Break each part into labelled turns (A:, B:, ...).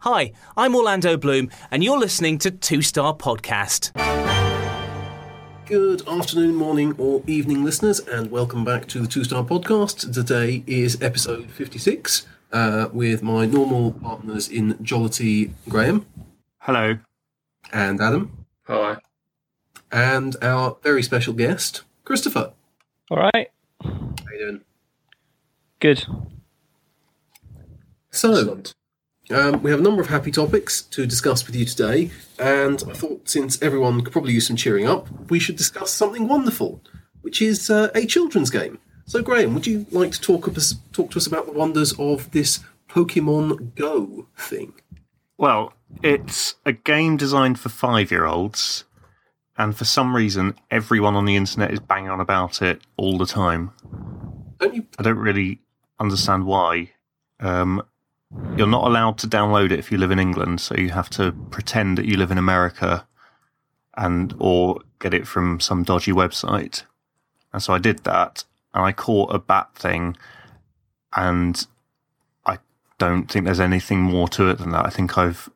A: Hi, I'm Orlando Bloom, and you're listening to Two Star Podcast.
B: Good afternoon, morning, or evening, listeners, and welcome back to the Two Star Podcast. Today is episode 56 uh, with my normal partners in Jollity, Graham
C: Hello.
B: and Adam,
D: Hi.
B: and our very special guest, Christopher.
E: All right.
B: How you doing?
E: Good.
B: So, um, we have a number of happy topics to discuss with you today, and I thought since everyone could probably use some cheering up, we should discuss something wonderful, which is uh, a children's game. So, Graham, would you like to talk, up us, talk to us about the wonders of this Pokemon Go thing?
C: Well, it's a game designed for five year olds, and for some reason, everyone on the internet is banging on about it all the time.
B: Don't you?
C: I don't really understand why. Um, you're not allowed to download it if you live in England, so you have to pretend that you live in America and or get it from some dodgy website. And so I did that, and I caught a bat thing, and I don't think there's anything more to it than that. I think I've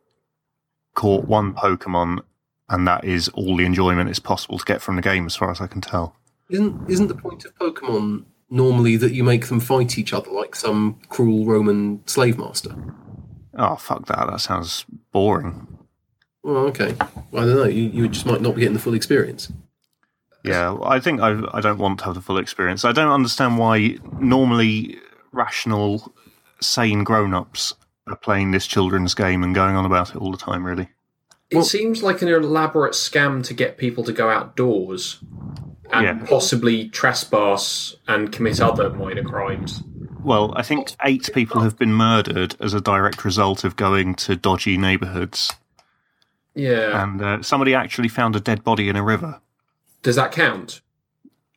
C: caught one Pokemon, and that is all the enjoyment it's possible to get from the game, as far as I can tell.
B: Isn't isn't the point of Pokemon normally that you make them fight each other like some cruel Roman slave master?
C: Oh fuck that! That sounds boring.
B: Well, okay. Well, I don't know. You, you just might not be getting the full experience.
C: Yeah, well, I think I I don't want to have the full experience. I don't understand why normally rational, sane grown-ups are playing this children's game and going on about it all the time. Really,
D: It seems like an elaborate scam to get people to go outdoors and
C: Yeah.
D: possibly trespass and commit other minor crimes.
C: well, I think eight people have been murdered as a direct result of going to dodgy neighbourhoods,
D: Yeah.
C: and uh, somebody actually found a dead body in a river.
D: Does that count?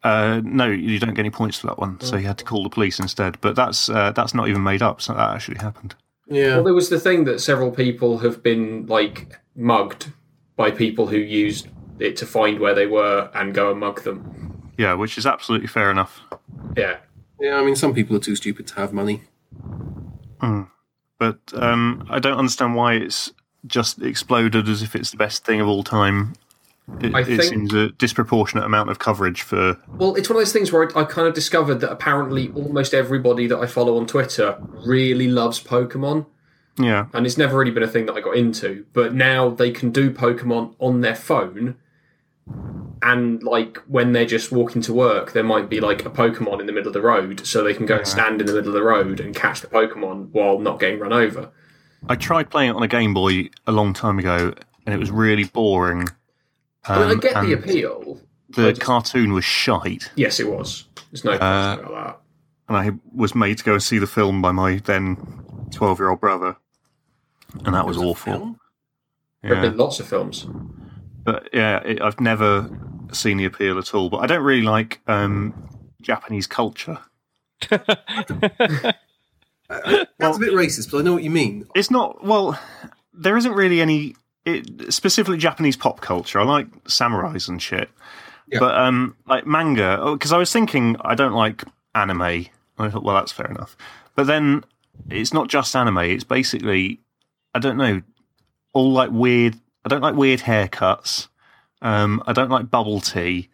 C: Uh, no, you don't get any points for that one, so you had to call the police instead. But that's uh, that's not even made up. So that actually happened.
B: Yeah.
D: Well, there was the thing that several people have been like mugged by people who used it to find where they were and go and mug them.
C: Yeah, which is absolutely fair enough.
D: Yeah.
B: Yeah. I mean, some people are too stupid to have money.
C: but um, I don't understand why it's just exploded as if it's the best thing of all time. It,
D: I
C: it
D: think-
C: seems a disproportionate amount of coverage for.
D: Well, it's one of those things where I, I kind of discovered that apparently almost everybody that I follow on Twitter really loves Pokemon.
C: Yeah,
D: and it's never really been a thing that I got into. But now they can do Pokemon on their phone, and like when they're just walking to work, there might be like a Pokemon in the middle of the road, so they can go and stand in the middle of the road and catch the Pokemon while not getting run over.
C: I tried playing it on a Game Boy a long time ago, and it was really boring.
D: I, mean, I
C: Um,
D: get the
C: and
D: appeal.
C: The cartoon was shite,
D: Yes, it was. There's no
C: Uh,
D: question about that.
C: and I was made to go and see the film by my then twelve-year-old brother, and that was awful.
D: There
C: Yeah.
D: have been lots of films.
C: but yeah, it, I've never seen the appeal at all. But I don't really like um, Japanese culture.
B: That's a bit racist, but I know what you mean.
C: It's not well. There isn't really any it, specifically Japanese pop culture. I like samurais and shit,
B: Yeah.
C: but um, like manga. Because I was thinking I don't like anime. And I thought, well, that's fair enough. But then it's not just anime. It's basically I don't know all like weird. I don't like weird haircuts. Um, I don't like bubble tea.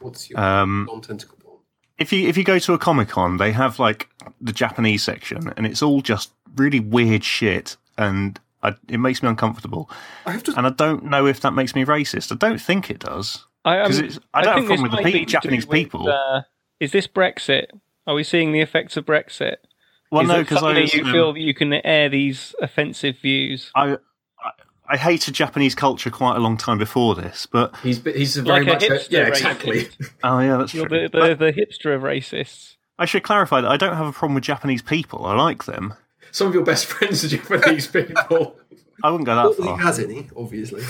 B: What's your
C: Um,
B: non-tentacle porn?
C: if you if you go to a comic con, they have like the Japanese section, and it's all just really weird shit, and I, it makes me uncomfortable.
B: I have to.
C: And I don't know if that makes me racist. I don't think it does.
E: I, um,
C: 'Cause it's- I don't have a problem
E: think this
C: with the
E: might
C: pe-
E: be to do
C: Japanese
E: with,
C: people.
E: uh, is this Brexit? Are we seeing the effects of Brexit?
C: Well,
E: is
C: no,
E: it
C: because I,
E: suddenly
C: was,
E: you
C: um,
E: feel that you can air these offensive views.
C: I I- I hated Japanese culture quite a long time before this, but
D: He's he's very
E: Like a
D: much a-
E: hipster
D: yeah
E: racist.
D: exactly.
C: oh yeah, that's
E: You're
C: true.
E: the,
C: But
E: the, the hipster of racists.
C: I should clarify that I don't have a problem with Japanese people. I like them.
D: Some of your best friends are Japanese people.
C: I wouldn't go
B: Not that
C: that
B: he
C: far.
B: has any, obviously.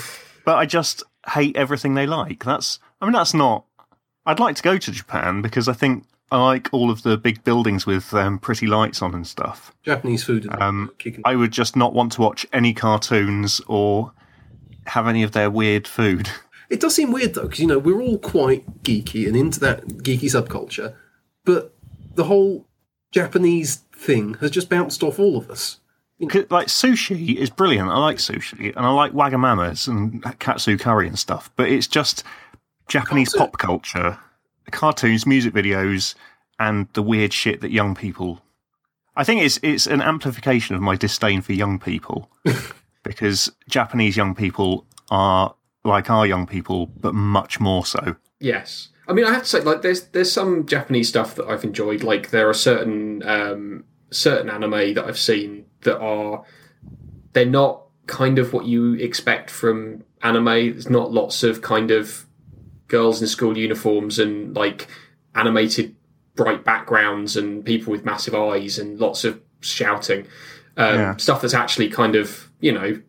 C: but I just hate everything they like. That's I mean that's not. I'd like to go to Japan because I think I like all of the big buildings with um, pretty lights on and stuff.
B: Japanese food. and
C: Um,
B: kicking.
C: I would just not want to watch any cartoons or have any of their weird food.
B: It does seem weird though, because you know we're all quite geeky and into that geeky subculture, but the whole Japanese thing has just bounced off all of us.
C: 'Cause, like sushi is brilliant. I like sushi and I like wagamamas and katsu curry and stuff, but it's just Japanese
B: Cartoon.
C: pop culture, cartoons, music videos, and the weird shit that young people. I think it's it's an amplification of my disdain for young people because Japanese young people are like our young people, but much more so.
D: Yes. I mean, I have to say, like, there's there's some Japanese stuff that I've enjoyed. Like, there are certain um, certain anime that I've seen that are they're not kind of what you expect from anime. There's not lots of kind of girls in school uniforms and like animated bright backgrounds and people with massive eyes and lots of shouting um,
C: Yeah.
D: stuff that's actually kind of you know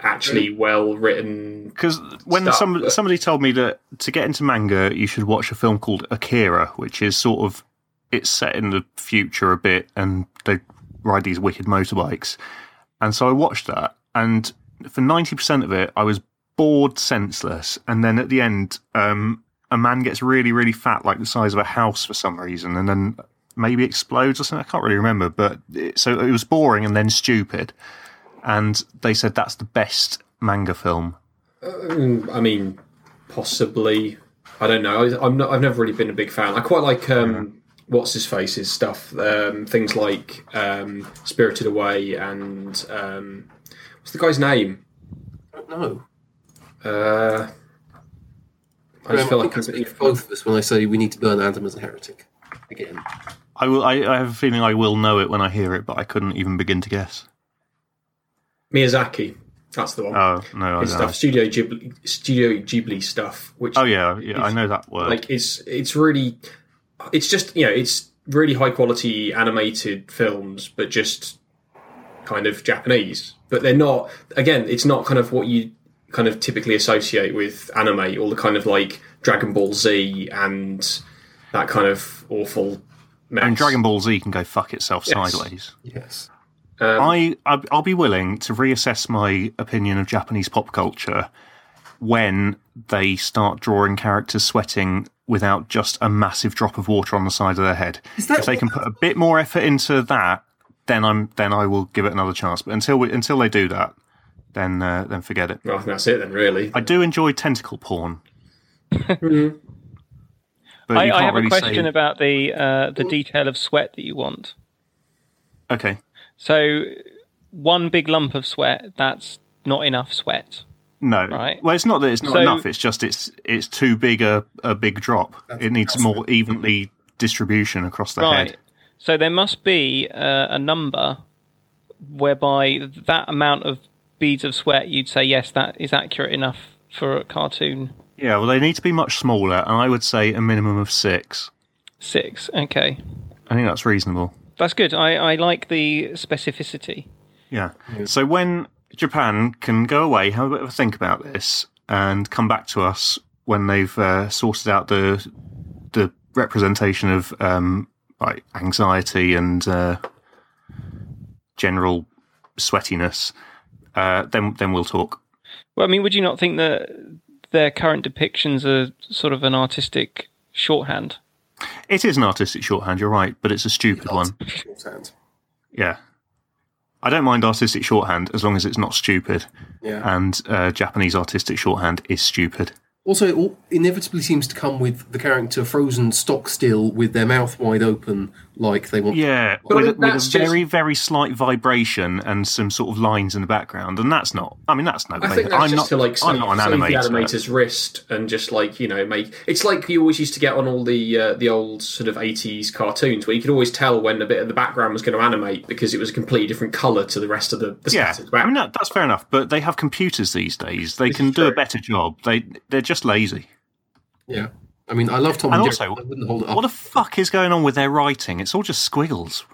D: actually well written.
C: Because when
D: Stuff,
C: some,
D: but-
C: somebody told me that to get into manga, you should watch a film called Akira, which is sort of it's set in the future a bit, and they ride these wicked motorbikes. And so I watched that, and for ninety percent of it, I was bored senseless. And then at the end, um, a man gets really, really fat, like the size of a house, for some reason, and then maybe explodes or something. I can't really remember, but it, so it was boring and then stupid. And they said that's the best manga film.
D: Mm, I mean, possibly. I don't know. I- I'm not. I've never really been a big fan. I quite like um, what's his face's stuff. Um, things like um, Spirited Away and um, what's the guy's name?
B: I don't know.
D: Uh, I
B: Graham, Um, I
C: Um,
D: just feel
B: think
D: like
B: I
D: I'm
B: speak for both of us when I say we need to burn Adam as a heretic. Again.
C: I will. I, I have a feeling I will know it when I hear it, but I couldn't even begin to guess.
D: Miyazaki. That's the one.
C: Oh no! I
D: his
C: don't know.
D: stuff, Studio Ghibli, Studio Ghibli stuff. Which
C: Oh yeah, yeah. I know that word.
D: like it's it's really it's just you know it's really high quality animated films but just kind of japanese but they're not again it's not kind of what you kind of typically associate with anime all the kind of like dragon ball z and that kind of awful mess.
C: and Dragon Ball Z can go fuck itself
D: Yes.
C: sideways.
B: Yes.
C: I I- I'll be willing to reassess my opinion of Japanese pop culture when they start drawing characters sweating without just a massive drop of water on the side of their head.
B: that-
C: if they can put a bit more effort into that, then I'm then I will give it another chance. But until we, until they do that, then uh, then forget it.
D: well, I think that's it then really
C: I do enjoy tentacle porn. but
E: I,
C: you
E: I
C: can't
E: have
C: really
E: a question
C: say-
E: about the uh, the detail of sweat that you want.
C: Okay.
E: So, one big lump of sweat that's not enough sweat.
C: No.
E: Right.
C: Well, it's not that it's not
E: So-
C: enough. It's just it's it's too big a, a big drop. It needs more evenly distribution across the
E: Right.
C: head.
E: So there must be uh, a number whereby that amount of beads of sweat you'd say yes that is accurate enough for a cartoon
C: Yeah. Well, they need to be much smaller, and I would say a minimum of six.
E: 6. Okay.
C: I think that's reasonable.
E: That's good. I, I like the specificity.
C: Yeah. So when Japan can go away, have a bit of a think about this, and come back to us when they've uh, sorted out the the representation of um, like anxiety and uh, general sweatiness, uh, then then we'll talk.
E: Well, I mean, would you not think that their current depictions are sort of an artistic shorthand?
C: It is an artistic shorthand, you're right, but it's a stupid one.
B: Shorthand.
C: Yeah. I don't mind artistic shorthand as long as it's not stupid,
B: Yeah.
C: and uh, Japanese artistic shorthand is stupid.
B: Also, it all inevitably seems to come with the character frozen stock still with their mouth wide open, like they want.
C: Yeah, with,
D: think
C: with a
D: that's just-
C: very, very slight vibration and some sort of lines in the background, and that's not. I mean, that's no.
D: I
C: way-
D: think that's
C: I'm
D: just
C: not.
D: to like
C: I'm
D: save,
C: not an
D: save
C: animator.
D: the animator's wrist and just like you know make it's like you always used to get on all the uh, the old sort of eighties cartoons where you could always tell when a bit of the background was going to animate because it was a completely different color to the rest of the, the
C: Yeah,
D: scattered
C: I mean
D: background.
C: that, that's fair enough. But they have computers these days. They can do a
D: true.
C: better job. They they're just lazy.
B: Yeah. I mean, I love Tom
C: And
B: and,
C: also-
B: Jerry. but I wouldn't hold it up.
C: What the fuck is going on with their writing? It's all just squiggles.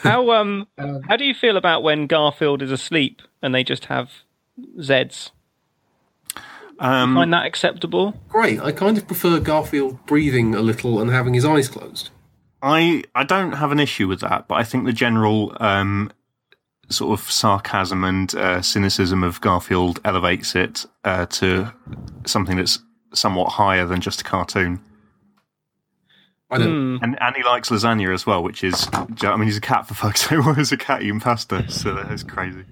E: How um how do you feel about when Garfield is asleep and they just have Zeds?
C: Um,
E: Find that acceptable?
B: Great. I kind of prefer Garfield breathing a little and having his eyes closed.
C: I I don't have an issue with that, but I think the general um, sort of sarcasm and uh, cynicism of Garfield elevates it uh, to something that's somewhat higher than just a cartoon.
B: I don't.
C: And and he likes lasagna as well, which is I mean he's a cat for fuck's sake. Why is a cat eating pasta? So that's crazy.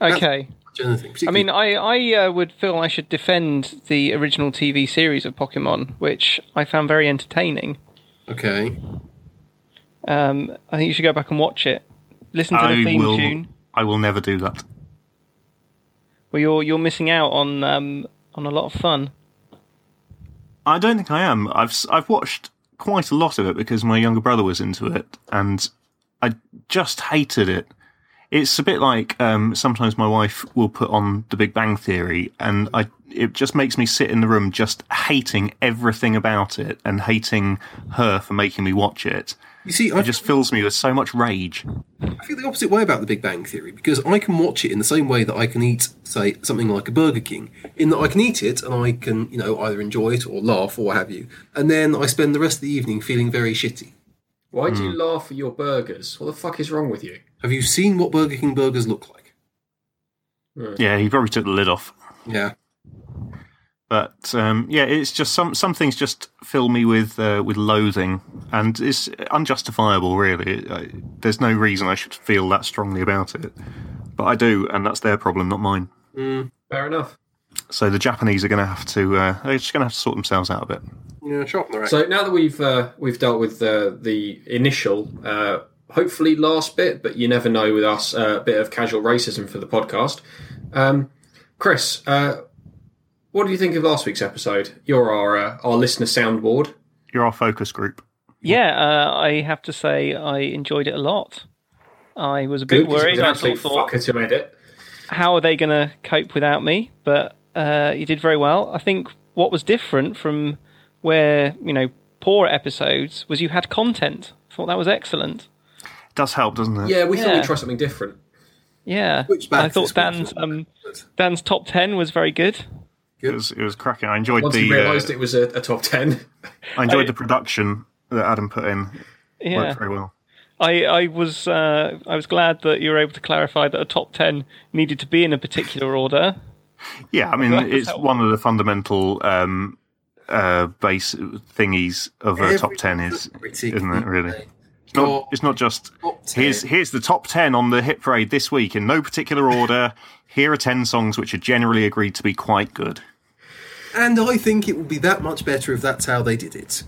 E: Okay.
B: do anything.
E: I mean, I I uh, would feel I should defend the original TV series of Pokemon, which I found very entertaining.
B: okay.
E: Um, I think you should go back and watch it. Listen to the
C: I
E: theme
C: will
E: tune.
C: I will never do that.
E: Well, you're you're missing out on um, on a lot of fun.
C: I don't think I am. I've s- I've watched quite a lot of it because my younger brother was into it, and I just hated it. It's a bit like um, sometimes my wife will put on The Big Bang Theory, and I it just makes me sit in the room just hating everything about it and hating her for making me watch it.
B: You see, I
C: It just fills me with so much rage.
B: I feel the opposite way about the Big Bang Theory because I can watch it in the same way that I can eat, say, something like a Burger King, in that I can eat it and I can, you know, either enjoy it or laugh or what have you, and then I spend the rest of the evening feeling very shitty.
D: Why do you
C: mm.
D: laugh at your burgers? What the fuck is wrong with you?
B: Have you seen what Burger King burgers look like?
C: Yeah, he probably took the lid off.
B: Yeah,
C: but um, yeah, it's just some some things just fill me with uh, with loathing, and it's unjustifiable. Really, It- I, there's no reason I should feel that strongly about it, but I do, and that's their problem, not mine.
D: Fair enough.
C: So the Japanese are going to have to uh, they're just going to have to sort themselves out a bit.
B: yeah, sharpen the rack.
D: So now that we've uh, we've dealt with uh, the initial, uh, hopefully last bit, but you never know with us, uh, bit of casual racism for the podcast. Um, Chris, uh, what do you think of last week's episode? You're our uh, our listener soundboard.
C: You're our focus group.
E: Yeah, uh, I have to say I enjoyed it a lot. I was a bit
D: Good, 'cause it
E: worried.
D: was an
E: I sort
D: absolute
E: of thought,
D: fucker to edit.
E: how are they going to cope without me? But uh, you did very well. I think what was different from where you know poor episodes was you had content. I thought that was excellent.
C: It does help, doesn't it?
D: Yeah, we thought
E: Yeah.
D: we'd try something different.
E: Yeah,
B: Which back
E: I
B: is
E: thought
B: which?
E: Dan's um, Dan's top ten was very good.
C: it was, it was cracking. I enjoyed
D: Once we
C: the
D: realised
C: uh,
D: it was a, a top ten.
C: I enjoyed the production that Adam put in.
E: Yeah,
C: Worked very well.
E: I, I was uh, I was glad that you were able to clarify that a top ten needed to be in a particular order.
C: Yeah, I mean,
E: That was
C: it's
E: helpful.
C: one of the fundamental um, uh, base thingies of a top ten, is
B: Everything.
C: isn't it? Really, it's
B: Your
C: not. It's not just
B: top 10.
C: here's here's the top ten on the hit parade this week in no particular order. Here are ten songs which are generally agreed to be quite good.
B: And I think it would be that much better if that's how they did it.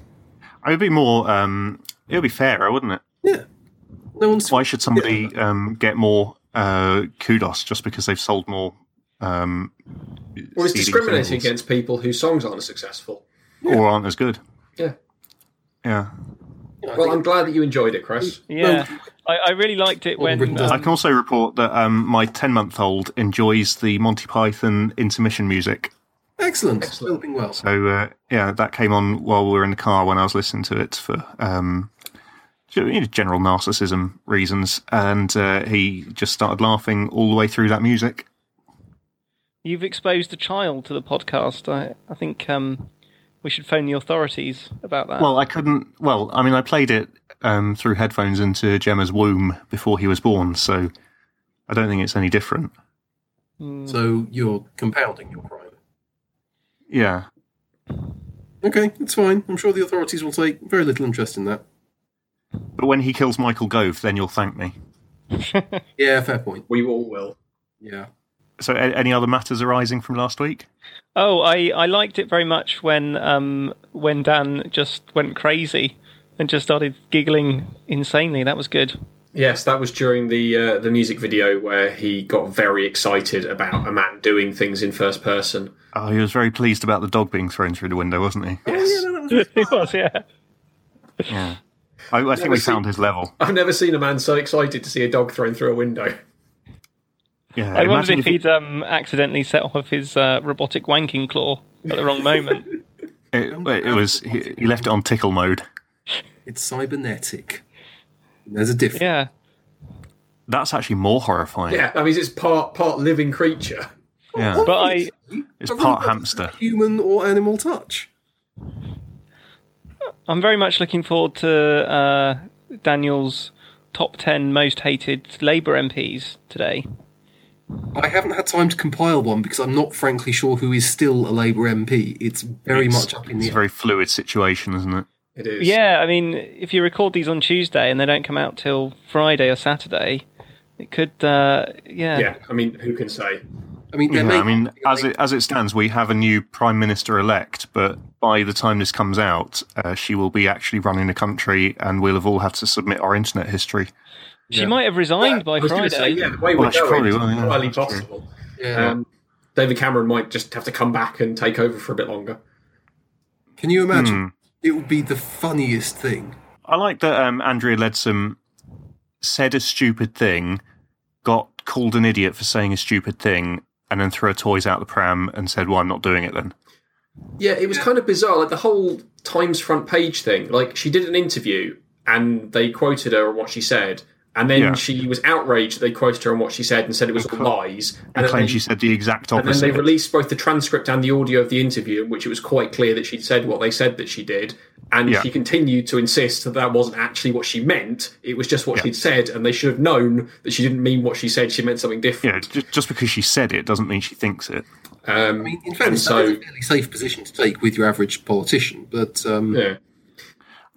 C: It would be more. Um, it would be fairer, wouldn't it?
B: Yeah. No one's.
C: Why should somebody um, get more uh, kudos just because they've sold more? Um,
D: Well, it's
C: CD
D: discriminating
C: singles
D: against people whose songs aren't as successful.
C: or aren't as good.
D: Yeah.
C: Yeah,
D: Well, I'm glad that you enjoyed it, Chris.
E: Yeah, I, I really liked it
B: written
E: when
B: down.
C: I
E: um,
C: can also report that um, my 10 month old enjoys the Monty Python intermission music.
B: Excellent.
D: Excellent.
B: Developing well.
C: So, uh, yeah, that came on while we were in the car when I was listening to it for um, you know, general narcissism reasons. And uh, he just started laughing all the way through that music.
E: you've exposed a child to the podcast. I I think um, we should phone the authorities about that.
C: Well, I couldn't. Well, I mean, I played it um, through headphones into Gemma's womb before he was born. So I don't think it's any different.
B: So you're compounding your crime.
C: Yeah.
B: Okay, that's fine. I'm sure the authorities will take very little interest in that.
C: But when he kills Michael Gove, then you'll thank me.
B: Yeah, fair point.
D: We all will.
B: Yeah.
C: So, a- any other matters arising from last week?
E: Oh, I, I liked it very much when um, when Dan just went crazy and just started giggling insanely. That was good.
D: Yes, that was during the uh, the music video where he got very excited about a man doing things in first person.
C: Oh, he was very pleased about the dog being thrown through the window, wasn't he?
D: Yes,
E: it was, yeah.
C: I, I think we
D: was he-
C: found his level.
D: I've never seen a man so excited to see a dog thrown through a window.
C: Yeah,
E: I wondered
C: imagine
E: if he'd um, accidentally set off his uh, robotic wanking claw at the wrong moment.
C: it, it was he, he left it on tickle mode.
B: It's cybernetic. There's a difference.
E: yeah.
C: That's actually more horrifying.
D: Yeah, that means it's part part living creature.
C: Yeah.
B: Obviously,
E: But I-
C: It's
B: a
C: part
B: robot
C: hamster.
B: has Human or animal touch.
E: I'm very much looking forward to uh, Daniel's top 10 most hated Labour MPs today.
B: I haven't had time to compile one because I'm not frankly sure who is still a Labour MP. It's very
C: It's-
B: much up in
C: It's
B: the
C: a very fluid situation, isn't it?
D: It is.
E: Yeah, I mean, if you record these on Tuesday and they don't come out till Friday or Saturday, it could, uh, yeah.
D: Yeah. I mean, who can say?
B: I mean, there
C: Yeah,
B: may
C: I mean, as it as it stands, we have a new prime minister elect, but by the time this comes out, uh, she will be actually running the country, and we'll have all had to submit our internet history.
E: She might have resigned by
D: I was
E: Friday.
D: going to say, yeah, the way we're
C: that's
D: going,
C: probably
D: it's
C: one, yeah,
D: entirely
C: that's true.
D: possible.
B: Yeah.
C: uh,
D: Um, David Cameron might just have to come back and take over for a bit longer.
B: Can you
C: hmm.
B: imagine? It would be the funniest thing.
C: I like that um, Andrea Leadsom said a stupid thing, got called an idiot for saying a stupid thing, and then threw her toys out the pram and said, "Well, I'm not doing it then."
D: Yeah, it was kind of bizarre. Like the whole Times front page thing. Like she did an interview and they quoted her on what she said, and then
C: Yeah.
D: she was outraged that they quoted her on what she said and said it was all lies. And
C: And
D: then,
C: claimed
D: they,
C: she said the exact
D: and then
C: opposite.
D: they released both the transcript and the audio of the interview, in which it was quite clear that she'd said what they said that she did. And
C: Yeah.
D: she continued to insist that that wasn't actually what she meant. It was just what she'd said, and they should have known that she didn't mean what she said. She meant something different.
C: yeah, just, just because she said it doesn't mean she thinks it.
D: Um,
B: I mean, in fairness,
D: so-
B: that's a fairly safe position to take with your average politician. But um,
D: yeah.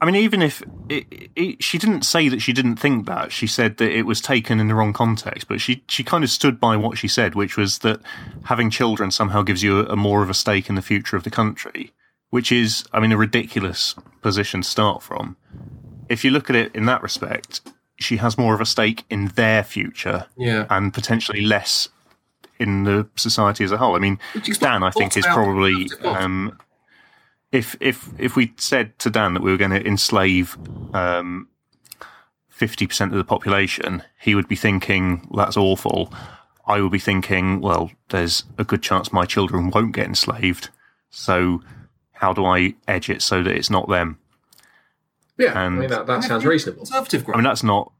C: I mean, even if it, it, she didn't say that she didn't think that, she said that it was taken in the wrong context. But she she kind of stood by what she said, which was that having children somehow gives you a, a more of a stake in the future of the country, which is, I mean, a ridiculous position to start from. If you look at it in that respect, she has more of a stake in their future,
B: Yeah.
C: and potentially less in the society as a whole. I mean,
B: Which is
C: Dan,
B: what
C: I think,
B: thoughts
C: is
B: about
C: probably
B: the conservative
C: um, if if if we said to Dan that we were going to enslave um fifty percent of the population, he would be thinking that's awful. I would be thinking, well, there's a good chance my children won't get enslaved, so how do I edge it so that it's not them?
D: Yeah, I
C: And-
D: mean, that, that sounds reasonable.
B: conservative
C: I mean,
B: ground.
C: that's not,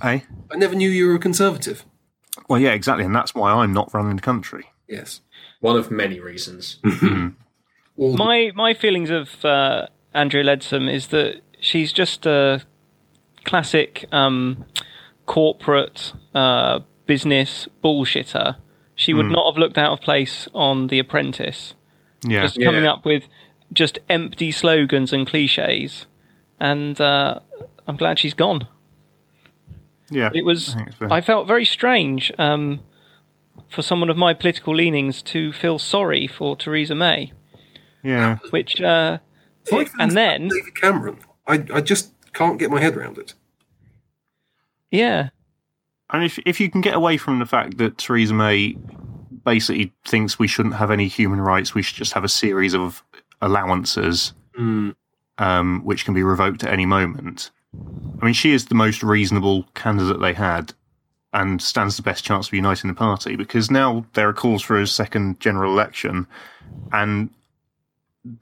C: hey,
B: I never knew you were a conservative.
C: well, yeah, exactly, and that's why I'm not running the country.
B: Yes.
D: One of many reasons.
B: All the-
E: my my feelings of uh, Andrea Leadsom is that she's just a classic um, corporate uh, business bullshitter. She
C: Hmm.
E: would not have looked out of place on The Apprentice,
C: Yeah,
E: just coming
D: Yeah.
E: up with just empty slogans and cliches. And uh, I'm glad she's gone.
C: yeah,
E: It was.
C: think it's fair.
E: I felt very strange um, for someone of my political leanings to feel sorry for Theresa May,
C: yeah.
E: which. Uh,
B: Five things
E: and then-
B: about David Cameron. I, I just can't get my head around it.
E: yeah,
C: And if if you can get away from the fact that Theresa May basically thinks we shouldn't have any human rights, we should just have a series of allowances, um, which can be revoked at any moment. I mean, she is the most reasonable candidate they had, and stands the best chance of uniting the party because now there are calls for a second general election, and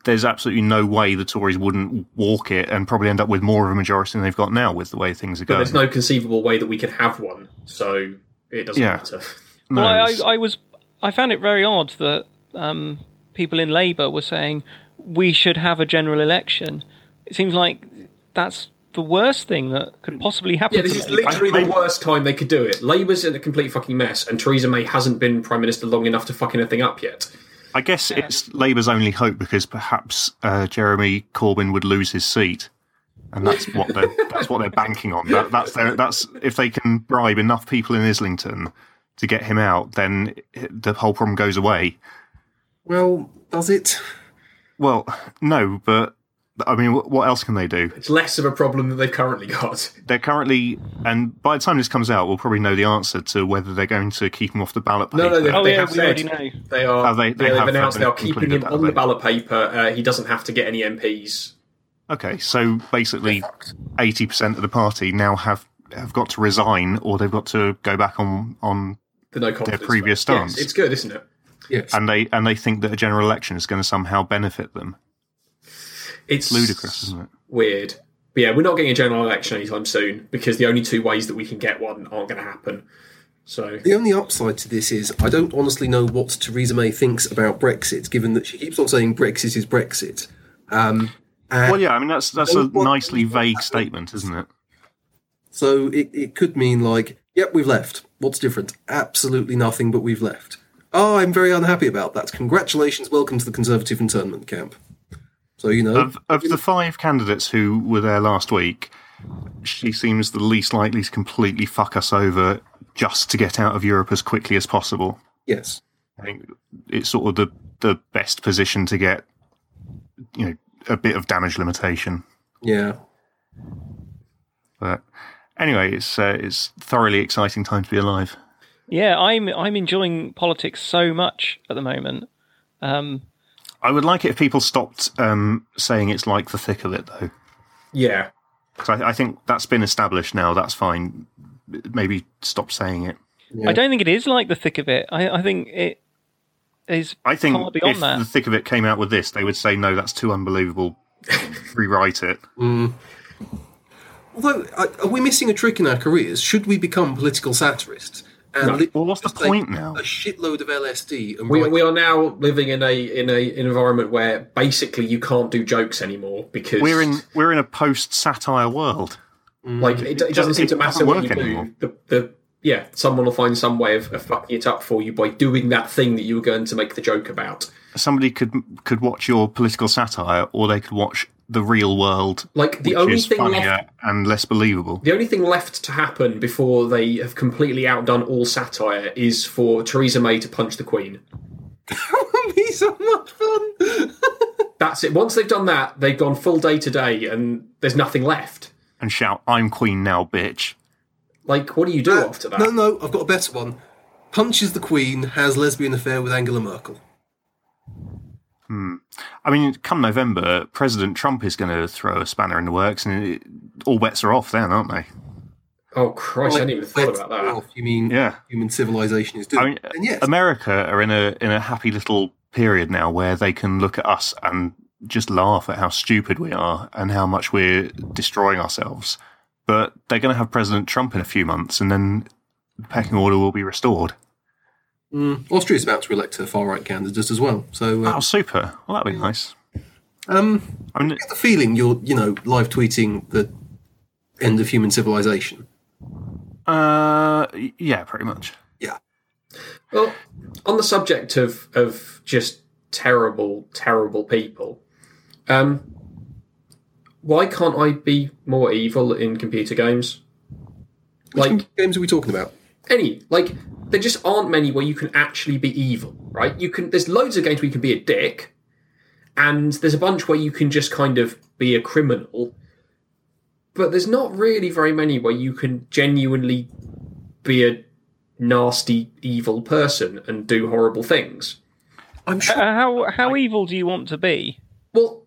C: there's absolutely no way the Tories wouldn't walk it and probably end up with more of a majority than they've got now with the way things are
D: But
C: going.
D: there's no conceivable way that we could have one, so it doesn't
C: Yeah.
D: matter.
C: No,
E: Well, I,
C: it's-
E: I, I was. I found it very odd that um, people in Labour were saying we should have a general election. It seems like that's the worst thing that could possibly happen.
D: Yeah, this
E: to
D: is
E: Labour.
D: literally
C: I-
D: the worst time they could do it. Labour's in a complete fucking mess, and Theresa May hasn't been Prime Minister long enough to fuck anything up yet.
C: I guess it's Labour's only hope because perhaps uh, Jeremy Corbyn would lose his seat, and that's what they're that's what they're banking on. That, that's their, that's if they can bribe enough people in Islington to get him out, then the whole problem goes away.
B: Well, does it?
C: Well, no, but I mean, wh- what else can they do?
D: It's less of a problem than they've currently got.
C: They're currently, and by the time this comes out, we'll probably know the answer to whether they're going to keep him off the ballot paper.
D: No, no, they,
E: Oh,
D: they
E: yeah,
D: have
E: we
D: said
E: already know.
D: they are.
C: Oh, they- they
D: have
C: have
D: announced they are
C: included
D: keeping him
C: that,
D: on
C: haven't
D: the
C: they?
D: ballot paper. Uh, he doesn't have to get any MPs.
C: Okay, so basically, eighty percent of the party now have have got to resign, or they've got to go back on on,
D: The no confidence.
C: previous
D: vote.
C: stance.
D: Yes, it's good, isn't it?
B: Yes.
C: and they and they think that a general election is going to somehow benefit them.
D: It's
C: Ludicrous, isn't it?
D: Weird. But yeah, we're not getting a general election anytime soon because the only two ways that we can get one aren't going to happen. So
B: the only upside to this is I don't honestly know what Theresa May thinks about Brexit, given that she keeps on saying Brexit is Brexit. Um, and
C: Well, yeah, I mean that's that's a
B: Don't want-
C: nicely vague statement, isn't it?
B: So it, it could mean like, yep, we've left. What's different? Absolutely nothing, but we've Ah, left. Oh, I'm very unhappy about that. Congratulations, welcome to the Conservative internment camp. So you know,
C: Of, of the five candidates who were there last week, she seems the least likely to completely fuck us over just to get out of Europe as quickly as possible.
B: yes,
C: I think it's sort of the, the best position to get, you know, a bit of damage limitation.
B: yeah,
C: But anyway, it's uh, it's thoroughly exciting time to be alive.
E: Yeah, I'm I'm enjoying politics so much at the moment. Um,
C: I would like it if people stopped um, saying it's like the thick of it, though,
D: Yeah.
C: because I, I think that's been established now. That's fine. Maybe stop saying it.
B: Yeah.
E: I don't think it is like the thick of it. I, I think it is.
C: I think
E: far beyond
C: if
E: that.
C: the thick of it came out with this, they would say, "No, that's too unbelievable. Rewrite it."
B: Although, uh, are- are we missing a trick in our careers? Should we become political satirists? And literally
C: Well, what's the
B: just take
C: point now?
B: A shitload of LSD and
D: We,
B: write-
D: we are now living in a in a an environment where basically you can't do jokes anymore because
C: We're in we're in a post satire world.
D: like it, it doesn't
C: it
D: seem to
C: doesn't
D: matter what you
C: work anymore.
D: do. The, the yeah, someone will find some way of, of fucking it up for you by doing that thing that you were going to make the joke about.
C: Somebody could could watch your political satire, or they could watch the real world,
D: Like the
C: which
D: only
C: is
D: thing
C: funnier
D: left,
C: and less believable.
D: the only thing left to happen before they have completely outdone all satire is for Theresa May to punch the Queen.
B: would be so much fun.
D: That's it. Once they've done that, they've gone full day to day, and there's nothing left.
C: And shout, "I'm queen now, bitch!"
D: Like, what do you do
C: Uh,
D: after that?
B: No, no, I've got a better one. Punches the Queen, has lesbian affair with Angela Merkel.
C: I mean, come November, President Trump is going to throw a spanner in the works, and it, all bets are off then, aren't they?
D: Oh Christ, I didn't even thought about that.
C: oh,
B: Well, if you mean
C: Yeah.
B: human civilization is doing?
C: I mean,
B: then yes,
C: America are in a in a happy little period now where they can look at us and just laugh at how stupid we are and how much we're destroying ourselves. But they're going to have President Trump in a few months, and then the pecking order will be restored.
B: Austria's about to elect her far right candidate as well. So uh,
C: Oh, super! Well, that'd be nice.
B: um,
C: I mean,
B: the feeling you're, you know, live tweeting the end of human civilization.
C: uh, yeah, pretty much.
B: Yeah.
D: Well, on the subject of of just terrible, terrible people, um, why can't I be more evil in computer games?
B: Which
D: Like
B: games are we talking about?
D: any, like there just aren't many where you can actually be evil, right? You can. There's loads of games where you can be a dick, and there's a bunch where you can just kind of be a criminal. But there's not really very many where you can genuinely be a nasty, evil person and do horrible things.
B: I'm sure.
E: Uh, how how evil do you want to be?
D: Well,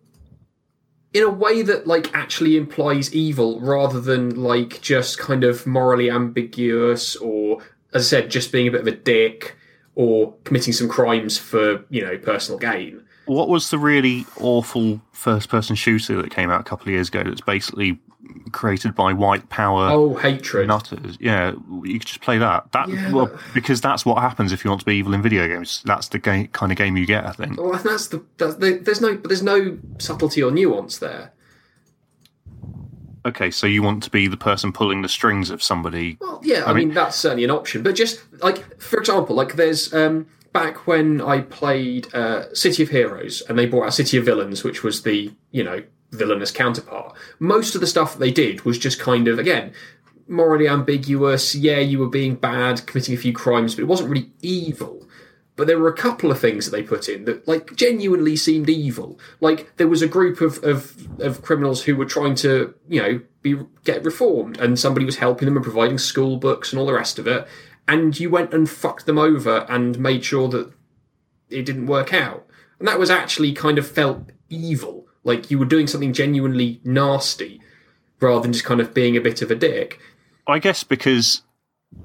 D: in a way that like actually implies evil rather than like just kind of morally ambiguous or as I said, just being a bit of a dick or committing some crimes for, you know, personal gain.
C: What was the really awful first-person shooter that came out a couple of years ago? That's basically created by white power.
D: Oh, hatred.
C: nutters. Yeah, you could just play that. That
D: Yeah.
C: well, because that's what happens if you want to be evil in video games. That's the game, kind of game you get. I think.
D: Well, that's the that's the, there's no but there's no subtlety or nuance there.
C: Okay, so you want to be the person pulling the strings of somebody.
D: Well, yeah, I,
C: mean-
D: mean, that's certainly an option. But just like, for example, like there's um, back when I played uh, City of Heroes, and they brought out City of Villains, which was the you know villainous counterpart. Most of the stuff that they did was just kind of again morally ambiguous. Yeah, you were being bad, committing a few crimes, but it wasn't really evil. But there were a couple of things that they put in that, like, genuinely seemed evil. Like there was a group of of, of criminals who were trying to, you know, be get reformed, and somebody was helping them and providing school books and all the rest of it. And you went and fucked them over and made sure that it didn't work out. And that was actually kind of felt evil. Like you were doing something genuinely nasty rather than just kind of being a bit of a dick.
C: I guess because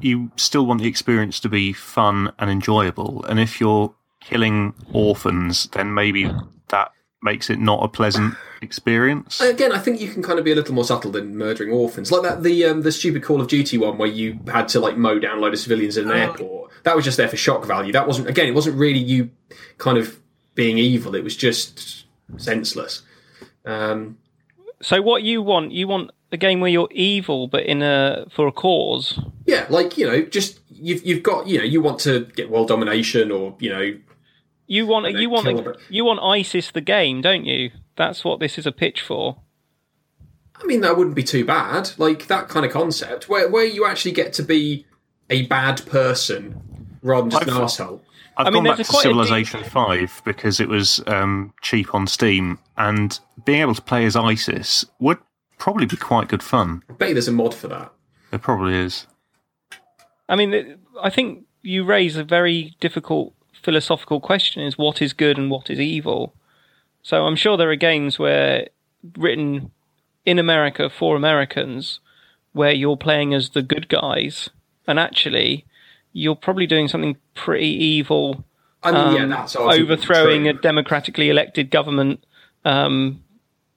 C: you still want the experience to be fun and enjoyable. And if you're killing orphans, then maybe that makes it not a pleasant experience.
D: Again, I think you can kind of be a little more subtle than murdering orphans, like that the um, the stupid Call of Duty one where you had to like mow down a load of civilians in an airport. That was just there for shock value. That wasn't again, it wasn't really you kind of being evil. It was just senseless. Um,
E: So what you want? You want a game where you're evil, but in a for a cause.
D: yeah, like you know, just you've you've got you know you want to get world domination or you know
E: You want
D: And
E: you
D: they
E: want
D: kill
E: the-
D: it.
E: you want ISIS the game, don't you? That's what this is a pitch for.
D: I mean, that wouldn't be too bad. Like that kind of concept, where where you actually get to be a bad person rather than just an
C: I've-
D: asshole.
C: I've
E: I mean,
C: gone back
E: there's
C: to
E: a quite a
C: Civilization Five because it was um, cheap on Steam, and being able to play as ISIS would probably be quite good fun.
D: I bet you there's a mod for that.
C: It probably is.
E: I mean, th- I think you raise a very difficult philosophical question: is what is good and what is evil. So I'm sure there are games where written in America for Americans, where you're playing as the good guys, and actually you're probably doing something pretty evil,
D: I mean, yeah,
E: um,
D: that's arguably
E: overthrowing
D: true.
E: a democratically elected government, um,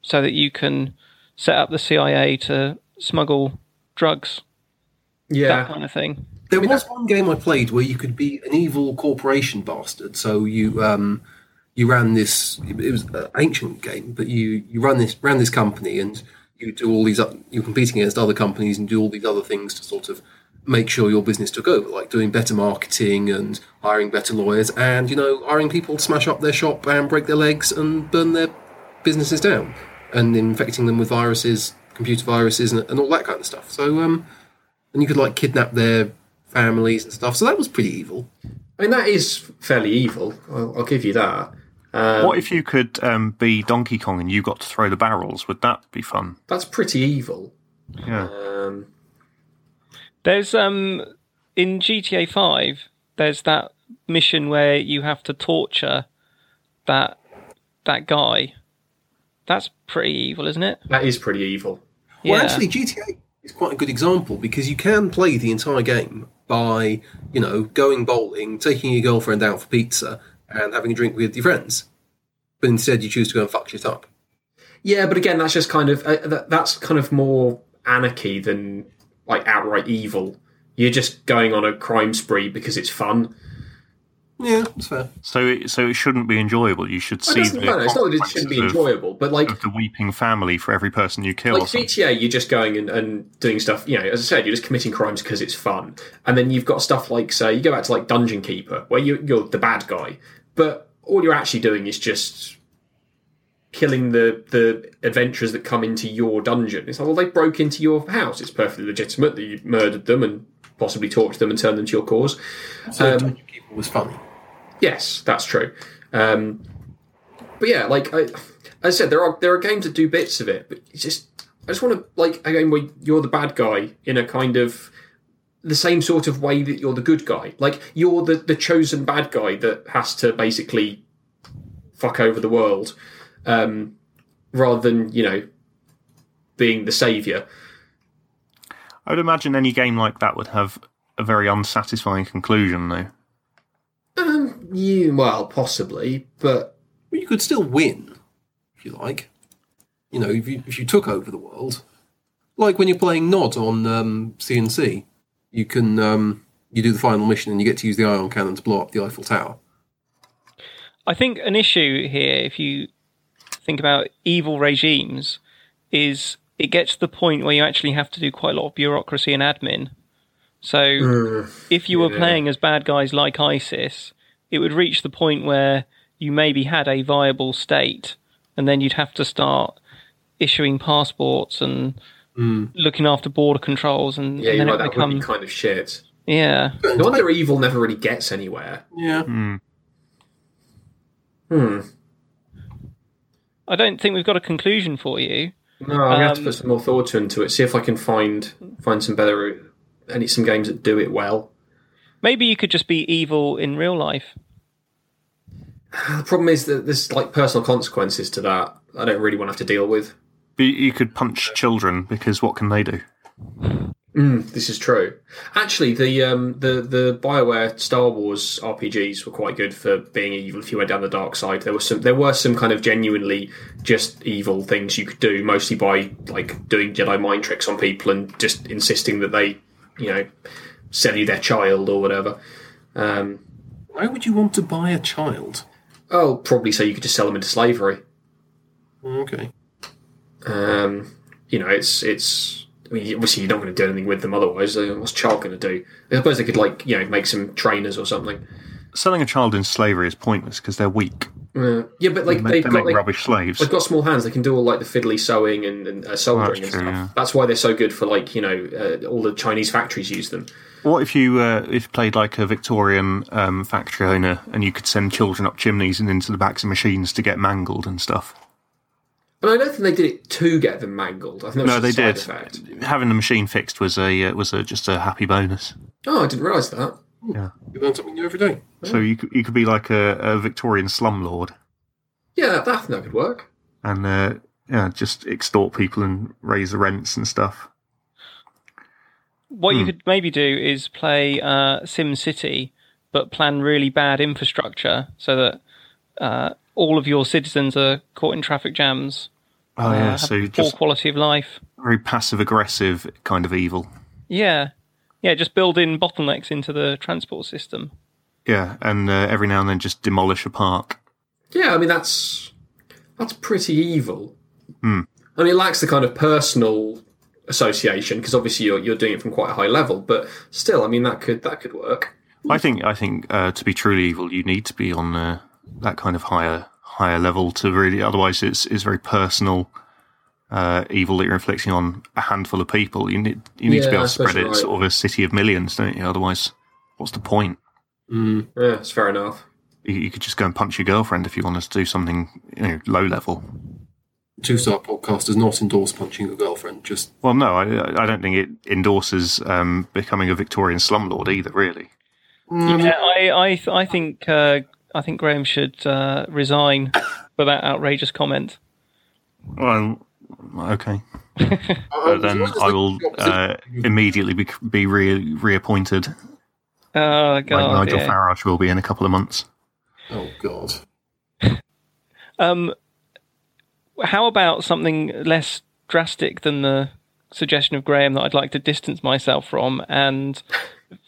E: so that you can set up the CIA to smuggle drugs, that
D: yeah.
E: kind of thing.
B: There was one game I played where you could be an evil corporation bastard. So you um, you ran this. It was an ancient game, but you you ran this ran this company, and you do all these. oth- You're competing against other companies and do all these other things to sort of make sure your business took over, like doing better marketing and hiring better lawyers, and you know hiring people to smash up their shop and break their legs and burn their businesses down, and infecting them with viruses, computer viruses, and, and all that kind of stuff. So. Um, and you could like kidnap their families and stuff. So that was pretty evil.
D: I mean, that is fairly evil. I'll, I'll give you that.
C: what if you could um, be Donkey Kong and you got to throw the barrels? Would that be fun?
D: That's pretty evil.
C: Yeah.
D: Um,
E: There's um in GTA Five. There's that mission where you have to torture that that guy. That's pretty evil, isn't it?
D: that is pretty evil.
E: yeah.
B: Well, actually, GTA is quite a good example because you can play the entire game by you know going bowling, taking your girlfriend out for pizza, and having a drink with your friends. But instead, you choose to go and fuck shit up.
D: Yeah, but again, that's just kind of uh, that, that's kind of more anarchy than like outright evil. You're just going on a crime spree because it's fun.
B: Yeah, that's fair.
C: So, it, so it shouldn't be enjoyable. You should
D: It
C: see
D: doesn't
C: the
D: matter. It's not that it shouldn't be
C: consequences of-
D: enjoyable, but like
C: of the weeping family for every person you kill.
D: like
C: or something.
D: GTA, you're just going and, and doing stuff. You know, as I said, you're just committing crimes because it's fun. And then you've got stuff like say you go back to like Dungeon Keeper, where you, you're the bad guy, but all you're actually doing is just killing the the adventurers that come into your dungeon. It's like well, they broke into your house. It's perfectly legitimate that you murdered them and possibly tortured them and turned them to your cause.
B: So
D: Um,
B: Dungeon Keeper was funny.
D: Yes, that's true. Um, but yeah, like I, as I said, there are there are games that do bits of it, but it's just I just want to like a game where you're the bad guy in a kind of the same sort of way that you're the good guy. Like you're the the chosen bad guy that has to basically fuck over the world, um, rather than you know being the savior.
C: I would imagine any game like that would have a very unsatisfying conclusion, though.
D: Um, you well possibly, but
B: But you could still win if you like. You know, if you, if you took over the world, like when you're playing Nod on um, CNC, you can um, you do the final mission and you get to use the ion cannon to blow up the Eiffel Tower.
E: I think an issue here, if you think about evil regimes, is it gets to the point where you actually have to do quite a lot of bureaucracy and admin. So
D: Mm.
E: if you were playing as bad guys like ISIS, it would reach the point where you maybe had a viable state, and then you'd have to start issuing passports and looking after border controls, and,
D: Mm. yeah,
E: and
D: you're
E: then
D: right.
E: it
D: That would be
E: becomes
D: kind of shit.
E: yeah.
D: No wonder evil never really gets anywhere.
B: Yeah.
E: I don't think we've got a conclusion for you.
D: No, I'm gonna have to put some more thought into it. See if I can find find some better uh, any some games that do it well.
E: Maybe you could just be evil in real life.
D: The problem is that there's like personal consequences to that. I don't really want to have to deal with.
C: But you could punch children because what can they do?
D: Hmm, This is true. Actually, the um, the the Bioware Star Wars RPGs were quite good for being evil. If you went down the dark side, there were some there were some kind of genuinely just evil things you could do, mostly by like doing Jedi mind tricks on people and just insisting that they, you know, sell you their child or whatever. Um,
B: Why would you want to buy a child?
D: Oh, probably so you could just sell them into slavery.
B: Oh, Okay.
D: Um, you know, it's it's. I mean, obviously, you're not going to do anything with them otherwise. uh, What's Charles going to do? I suppose they could like you know make some trainers or something.
C: selling a child in slavery is pointless because they're weak.
D: Yeah, Uh, yeah but like
C: They make,
D: they've
C: they
D: got
C: make
D: like,
C: rubbish slaves.
D: They've got small hands. They can do all like the fiddly sewing and, and uh, soldering
C: That's
D: and
C: true, yeah.
D: stuff. That's why they're so good for like you know uh, all the Chinese factories use them.
C: What if you uh, if you played like a Victorian um, factory owner and you could send children up chimneys and into the backs of machines to get mangled and stuff?
D: But I don't think they did it to get them mangled. I think that was
C: No,
D: just
C: they
D: a side
C: did.
D: Effect.
C: Having the machine fixed was a uh, was a, just a happy bonus.
D: Oh, I didn't realise that.
B: You learn something new every day.
C: So you could, you could be like a, a Victorian slumlord
D: Yeah, that, that, that could work.
C: and uh, yeah, just extort people and raise the rents and stuff. Hmm.
E: What you could maybe do is play uh, Sim City, but plan really bad infrastructure so that uh, all of your citizens are caught in traffic jams,
D: Uh,
E: uh,
C: Oh yeah,
E: have
C: so
E: poor
C: just
E: quality of life.
C: very passive aggressive kind of evil.
E: Yeah, yeah, just build in bottlenecks into the transport system.
C: Yeah, and uh, every now and then just demolish a park.
D: Yeah, I mean that's that's pretty evil.
C: Hmm.
D: I mean, it lacks the kind of personal association because obviously you're you're doing it from quite a high level, but still, I mean that could that could work.
C: I think I think uh, to be truly evil, you need to be on uh, that kind of higher higher level to really. Otherwise, it's it's very personal uh, evil that you're inflicting on a handful of people. You need you need to be
D: Yeah,
C: able
D: I
C: to spread
D: suppose
C: it
D: you're right.
C: sort of a city of millions, don't you? Otherwise, what's the point?
D: Yeah, it's fair enough.
C: You, you could just go and punch your girlfriend if you want to do something you know, low level.
B: Two Star Podcast does not endorse punching your girlfriend. Just
C: Well, no, I I don't think it endorses um, becoming a Victorian slumlord either. Really, Hmm.
E: Yeah, I, I, th- I think, uh, I think Graham should uh, resign for that outrageous comment.
C: well, okay.
B: Uh,
C: But then I will uh, immediately be, be re- reappointed.
E: Oh
C: like
E: god,
C: Nigel
E: yeah.
C: Farage will be in a couple of months.
B: Oh God.
E: Um, how about something less drastic than the suggestion of Graham that I'd like to distance myself from, and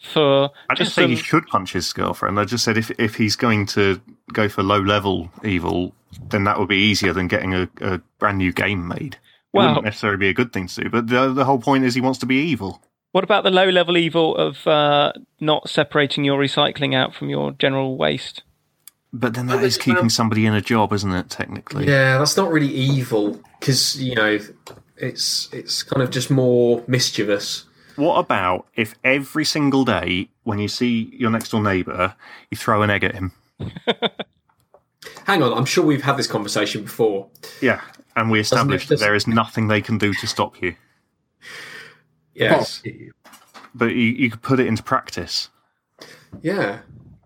E: for
C: I didn't
E: just um,
C: say
E: some,
C: he should punch his girlfriend. I just said if if he's going to go for low level evil, then that would be easier than getting a, a brand new game made. It
E: Well-
C: wouldn't necessarily be a good thing to do, but the, the whole point is he wants to be evil.
E: what about the low level evil of uh, not separating your recycling out from your general waste?
C: But then um, that
B: it's
C: is keeping
B: about-
C: somebody in a job, isn't it? Technically,
D: Yeah, that's not really evil because you know it's it's kind of just more mischievous.
C: What about if every single day when you see your next door neighbour, you throw an egg at him?
D: Hang on, I'm sure we've had this conversation before.
C: Yeah, and we establish that
D: doesn't-
C: there is nothing they can do to stop you.
D: Yes,
C: But you, you could put it into practice.
D: Oh, yeah.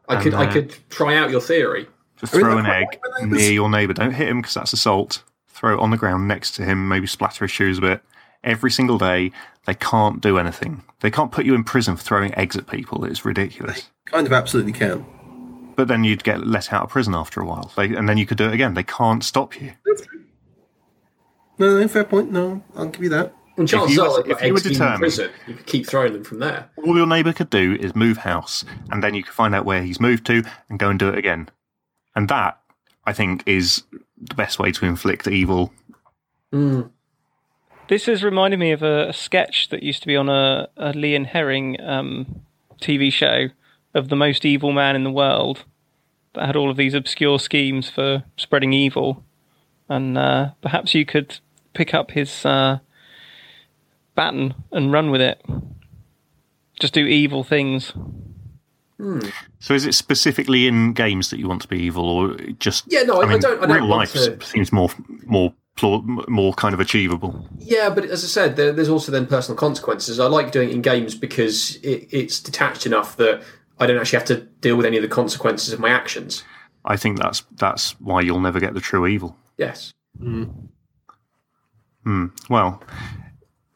D: I could I
C: uh,
D: could try out your theory.
C: Just
B: mean,
C: throw an
B: that's
C: egg
B: like my neighbours.
C: near your neighbour. Don't hit him because that's assault. Throw it on the ground next to him. Maybe splatter his shoes a bit. Every single day, they can't do anything. They can't put you in prison for throwing eggs at people. It's ridiculous.
B: Kind of absolutely can.
C: But then you'd get let out of prison after a while, they, and then you could do it again. They can't stop you.
B: No, no, fair point. No, I'll give you that.
D: And chances
C: you were-
D: are,
C: if
D: if
C: you
D: you
C: were
D: were in
C: determined-
D: prison, you could keep throwing them from there.
C: All your neighbour could do is move house, and then you could find out where he's moved to and go and do it again. And that, I think, is the best way to inflict evil.
E: This has reminded me of a, a sketch that used to be on a, a Lee and Herring um, TV show of the most evil man in the world that had all of these obscure schemes for spreading evil. And uh, perhaps you could pick up his uh, baton and run with it. Just do evil things.
C: So, is it specifically in games that you want to be evil, or just?
D: Yeah, no, I- I don't- I don't
C: real life
D: want to-
C: seems more more plau- more kind of achievable.
D: Yeah, but as I said, there, there's also then personal consequences. I like doing it in games because it, it's detached enough that I don't actually have to deal with any of the consequences of my actions.
C: I think that's that's why you'll never get the true evil.
D: Yes.
C: Well,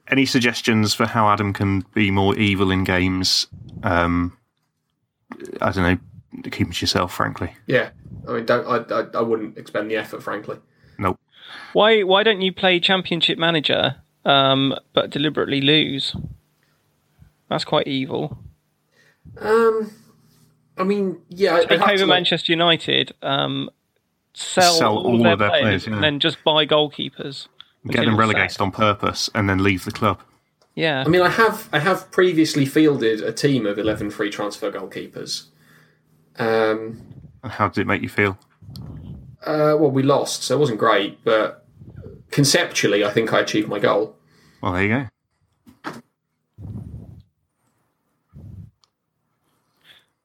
C: any suggestions for how Adam can be more evil in games? Um, I don't know. Keep it to yourself, frankly.
D: Yeah. I mean, don't, I, I, I wouldn't expend the effort, frankly.
C: Nope.
E: Why, why don't you play Championship Manager um, but deliberately lose? That's quite evil.
D: Um, I mean, yeah. I'd
E: take
D: have
E: over
D: to, like-
E: Manchester United, um, sell,
C: Sell
E: all, of their, players,
C: yeah.
E: and then just buy goalkeepers.
C: Get
E: until
C: them
E: you're
C: relegated
E: sacked.
C: on purpose and then leave the club.
E: Yeah.
D: I mean, I have I have previously fielded a team of eleven free transfer goalkeepers, Um,
C: How did it make you feel?
D: uh, well, we lost, so it wasn't great, but conceptually, I think I achieved my goal.
C: Well, there you go.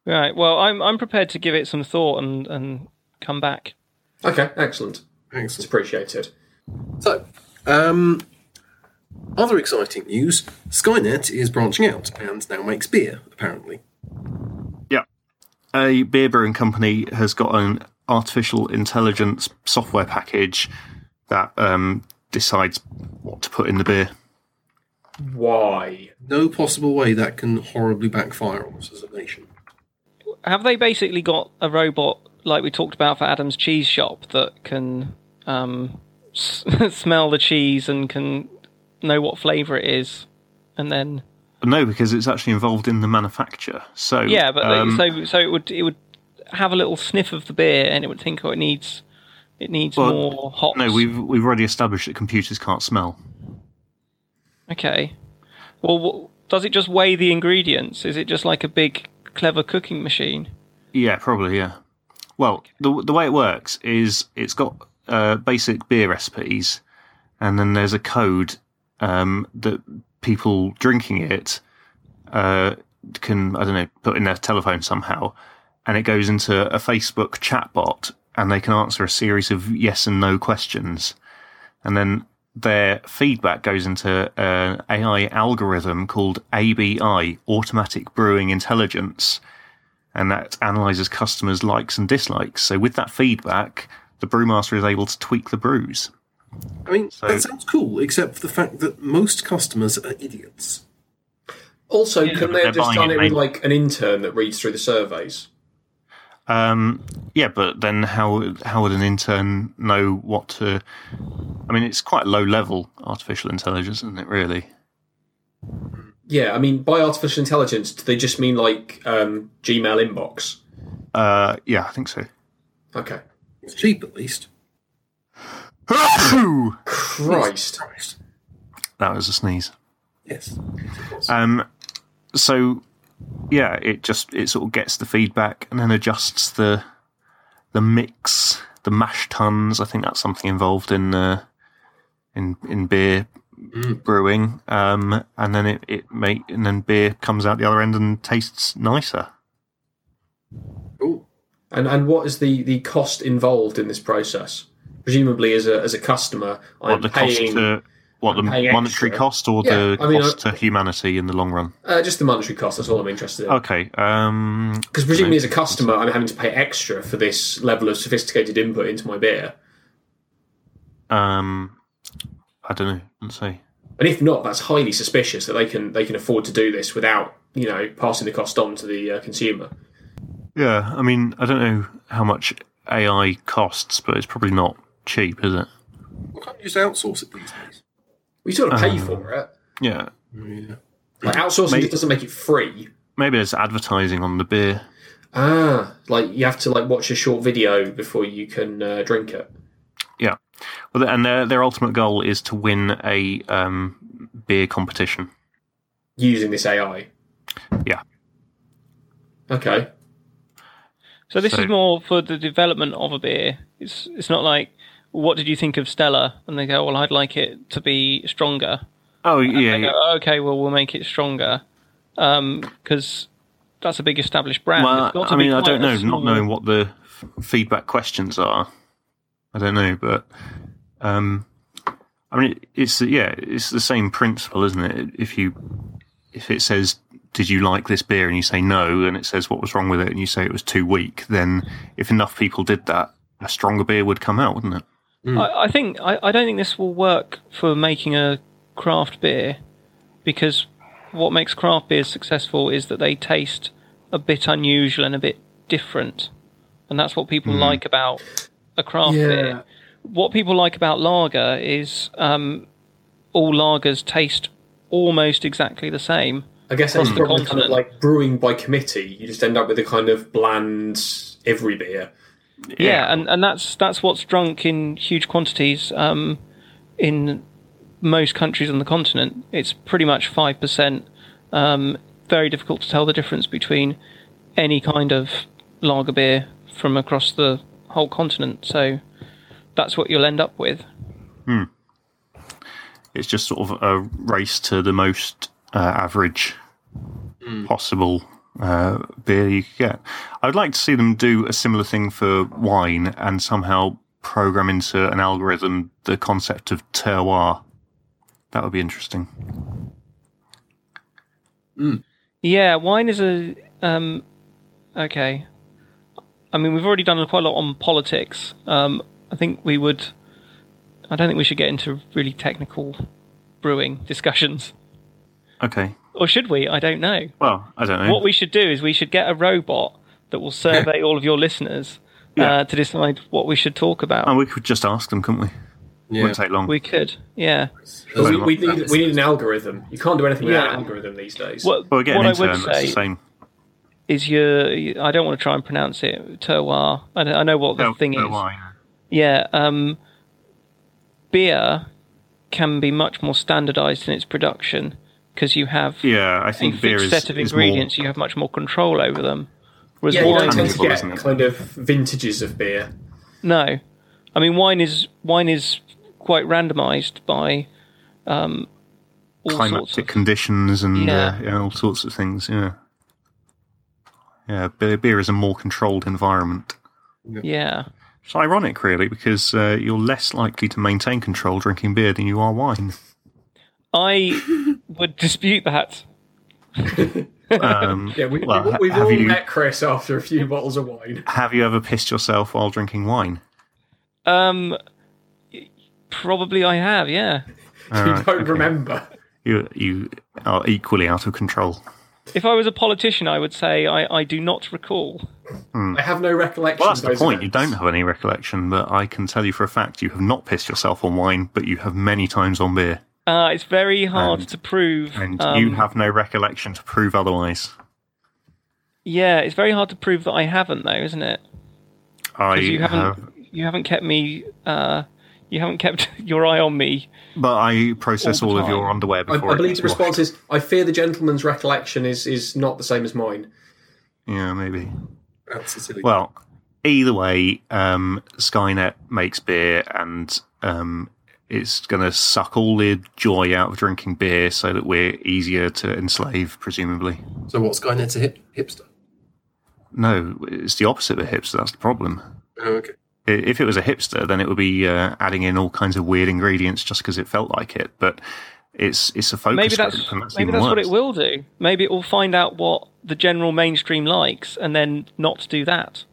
E: Right. Well, I'm I'm prepared to give it some thought and and come back.
D: Okay, excellent. It's
B: Excellent.
D: appreciated.
B: So, um, other exciting news Skynet is branching out and now makes beer, apparently.
C: Yeah. A beer brewing company has got an artificial intelligence software package that um, decides what to put in the beer.
D: Why?
B: No possible way that can horribly backfire on us as a nation.
E: Have they basically got a robot like we talked about for Adam's cheese shop that can um, s- smell the cheese and can know what flavour it is, and then
C: No, because it's actually involved in the manufacture. So
E: yeah, but they-
C: um,
E: so so it would it would have a little sniff of the beer and it would think oh it needs it needs
C: Well,
E: more hops.
C: uh, no, we've we've already established that computers can't smell.
E: Okay. Well, wh- does it just weigh the ingredients? Is it just like a big clever cooking machine?
C: Yeah, probably. Yeah. Well, the the way it works is it's got uh, basic beer recipes, and then there's a code um, that people drinking it uh, can I don't know put in their telephone somehow, and it goes into a Facebook chat bot, and they can answer a series of yes and no questions, and then their feedback goes into an AI algorithm called ABI, Automatic Brewing Intelligence and that analyzes customers' likes and dislikes. So with that feedback, the brewmaster is able to tweak the brews.
B: I mean, that sounds cool, except for the fact that most customers are idiots.
D: Also, couldn't they
C: they're
D: have just
C: buying
D: done
C: it,
D: it
C: mate.
D: with like an intern that reads through the surveys?
C: Um, yeah, but then how how would an intern know what to? I mean, it's quite low level artificial intelligence, isn't it? Really?
D: Yeah, I mean, by artificial intelligence, do they just mean like um, Gmail inbox?
C: Uh, yeah, I think so.
D: Okay.
B: It's cheap, at least.
C: that
D: Christ.
B: Christ.
C: was a sneeze.
B: Yes.
C: Um, so yeah, it just it sort of gets the feedback and then adjusts the the mix, the mash tuns. I think that's something involved in uh, in in beer
D: Mm.
C: brewing. Um, and then it it make and then beer comes out the other end and tastes nicer.
B: Cool.
D: And and what is the, the cost involved in this process? Presumably, as a as a customer, I'm
C: What the cost
D: paying
C: to what the
D: paying
C: monetary
D: extra.
C: cost or the
D: Yeah, I mean,
C: cost to humanity in the long run?
D: uh, just the monetary cost. That's all I'm interested in.
C: Okay. Um,
D: Because presumably, as a customer, I'm having to pay extra for this level of sophisticated input into my beer.
C: um, I don't know. Let's see.
D: And if not, that's highly suspicious that they can they can afford to do this without you know passing the cost on to the uh, consumer.
C: Yeah, I mean, I don't know how much AI costs, but it's probably not cheap, is it?
B: Why can't you just outsource it these days?
D: We sort of pay for it.
C: Yeah,
B: Yeah.
D: Like outsourcing
C: Ah. Mate-
D: it doesn't make it free.
C: maybe there's advertising on the beer.
D: Ah, like you have to like watch a short video before you can uh, drink it.
C: Yeah, well, and their their ultimate goal is to win a um, beer competition.
D: using this AI.
C: Yeah,
D: Okay.
E: So this
C: So-
E: is more for the development of a beer. It's it's not like what did you think of Stella? And they go, well, I'd like it to be stronger.
C: oh yeah,
E: They
C: yeah.
E: go, "Oh, okay, well, we'll make it stronger because that's a big established brand. It's
C: Well,
E: got to
C: I
E: be
C: mean, I
E: quite
C: don't
E: a
C: know,
E: small-
C: not knowing what the f- feedback questions are. I don't know, but um, I mean, it's yeah, it's the same principle, isn't it? If you if it says, "Did you like this beer?" and you say no, and it says what was wrong with it, and you say it was too weak, then if enough people did that, a stronger beer would come out, wouldn't it?
E: I, I think I, I don't think this will work for making a craft beer because what makes craft beers successful is that they taste a bit unusual and a bit different, and that's what people like about a craft beer. What people like about lager is um, all lagers taste almost exactly the same.
D: I guess
C: Hmm.
D: that's
E: the
D: probably kind of
E: continent.
D: like brewing by committee. You just end up with a kind of bland every beer.
E: yeah, and, and that's that's what's drunk in huge quantities um, in most countries on the continent. It's pretty much five percent. Um, very difficult to tell the difference between any kind of lager beer from across the whole continent. So that's what you'll end up with.
C: It's just sort of a race to the most uh, average possible uh, beer you could get. I'd like to see them do a similar thing for wine and somehow program into an algorithm the concept of terroir. That would be interesting.
E: Yeah, wine is a um, okay. I mean, we've already done quite a lot on politics. Um, I think we would. I don't think we should get into really technical brewing discussions,
C: Okay.
E: or should we? I don't know.
C: Well, I don't know.
E: What we should do is we should get a robot that will survey all of your listeners uh, to decide what we should talk about.
C: and we could just ask them, couldn't we?
B: Yeah.
C: Wouldn't take long.
E: we could, yeah.
D: We, we need, we need an algorithm. You can't do anything without an algorithm these days.
E: What,
C: well, we get
E: what
C: an
E: I
C: intern.
E: would
C: That's the
E: say
C: same.
E: is your. I don't want to try and pronounce it. Terroir. I, don't- I know what the
C: Ter-
E: thing is.
C: terroir.
E: Yeah, um, beer can be much more standardized in its production because you have
C: Yeah, I
E: a
C: think beer
E: fixed
C: is,
E: set of
C: is
E: ingredients.
C: More,
E: You have much more control over them. Whereas
D: yeah, you
E: wine,
D: don't tend to
C: tangible,
D: get
C: isn't it?
D: kind of vintages of beer.
E: no. I mean, wine is wine is quite randomized by um, all sorts
C: climatic
E: of
C: conditions and
E: Yeah.
C: Uh, yeah, all sorts of things. Yeah, yeah. Beer, beer is a more controlled environment.
E: yeah.
C: It's ironic, really, because uh, you're less likely to maintain control drinking beer than you are wine.
E: I would dispute that.
C: Um,
D: Yeah, we,
C: Well,
D: we-
C: ha-
D: we've
C: have
D: all
C: you-
D: met Chris after a few bottles of wine.
C: have you ever pissed yourself while drinking wine?
E: Um, probably I have. Yeah.
D: you
C: right,
D: don't remember.
C: You you are equally out of control.
E: If I was a politician, I would say I, I do not recall.
D: I have no recollection.
C: Well, that's
D: of
C: the
D: those
C: point. You
D: events.
C: don't have any recollection, but I can tell you for a fact you have not pissed yourself on wine, but you have many times on beer,
E: Uh, it's very hard
C: And-
E: to prove.
C: and
E: um,
C: you have no recollection to prove otherwise.
E: Yeah, it's very hard to prove that I haven't, though, isn't it?
C: I
E: Because you haven't
C: have,
E: you haven't kept me. Uh, you haven't kept your eye on me.
C: but I process
E: all
C: all,
E: the
C: of your
E: time.
C: underwear
D: I,
C: before.
D: I
C: it
D: believe
C: gets
D: the response
C: washed.
D: is I fear the gentleman's recollection is, is not the same as mine.
C: yeah, maybe.
B: That's a silly.
C: Well, either way, um, Skynet makes beer and um, it's going to suck all the joy out of drinking beer so that we're easier to enslave, presumably.
B: so what? Skynet's a hip, hipster.
C: No, it's the opposite of a hipster. That's the problem.
B: Oh, okay.
C: I- If it was a hipster, then it would be uh, adding in all kinds of weird ingredients just because it felt like it. But it's it's a focus
E: Maybe that's
C: group, and that's
E: maybe
C: even
E: that's what
C: worse.
E: it will do. Maybe it will find out what the general mainstream likes, and then not do that.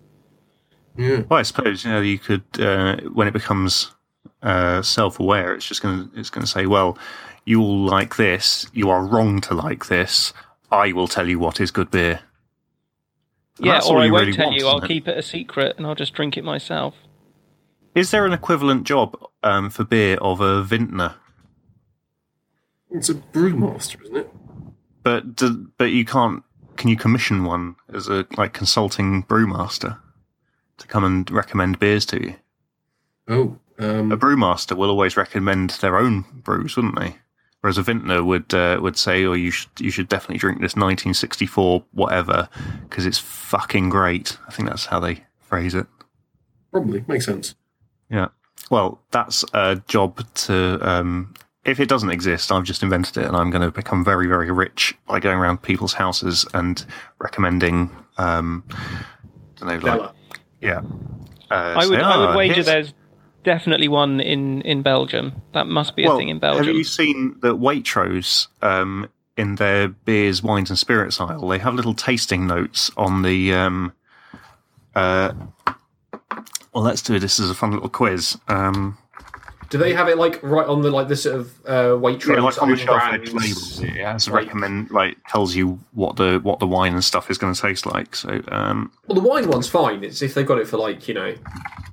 C: Well, I suppose you know you could uh, when it becomes uh, self-aware, it's just going to it's going to say, well, you all like this, you are wrong to like this. I will tell you what is good beer. And
E: yeah,
C: that's
E: or
C: all
E: I
C: you
E: won't
C: really
E: tell
C: want,
E: you. I'll
C: isn't it?
E: keep it a secret, and I'll just drink it myself.
C: Is there an equivalent job um, for beer of a vintner?
B: It's a brewmaster, isn't it?
C: But do, but you can't. Can you commission one as a like consulting brewmaster to come and recommend beers to you?
B: Oh,
C: a
B: um,
C: brewmaster will always recommend their own brews, wouldn't they? Whereas a vintner would uh, would say, "Oh, you should you should definitely drink this 1964 whatever because it's fucking great." I think that's how they phrase it.
B: probably makes sense.
C: Yeah. Well, that's a job to. Um, if it doesn't exist, I've just invented it, and I'm going to become very, very rich by going around people's houses and recommending. Um, I don't know, like,
D: Bella.
C: yeah. Uh,
E: I would
C: say,
E: I
C: "Ah,
E: would wager
C: here's-
E: there's definitely one in in Belgium. That must be a thing in Belgium.
C: Have you seen that Waitrose um, in their beers, wines, and spirits aisle? They have little tasting notes on the. Um, uh, well, let's do this as a fun little quiz. Um,
D: Do they have it like right on the like the sort of uh, waitrose
C: yeah, like on the
D: own
C: shelf
D: brands?
C: edge labels, it has
D: like-
C: recommend like tells you what the what the wine and stuff is going to taste like. So um,
D: Well, the wine one's fine. It's if they've got it for like you know.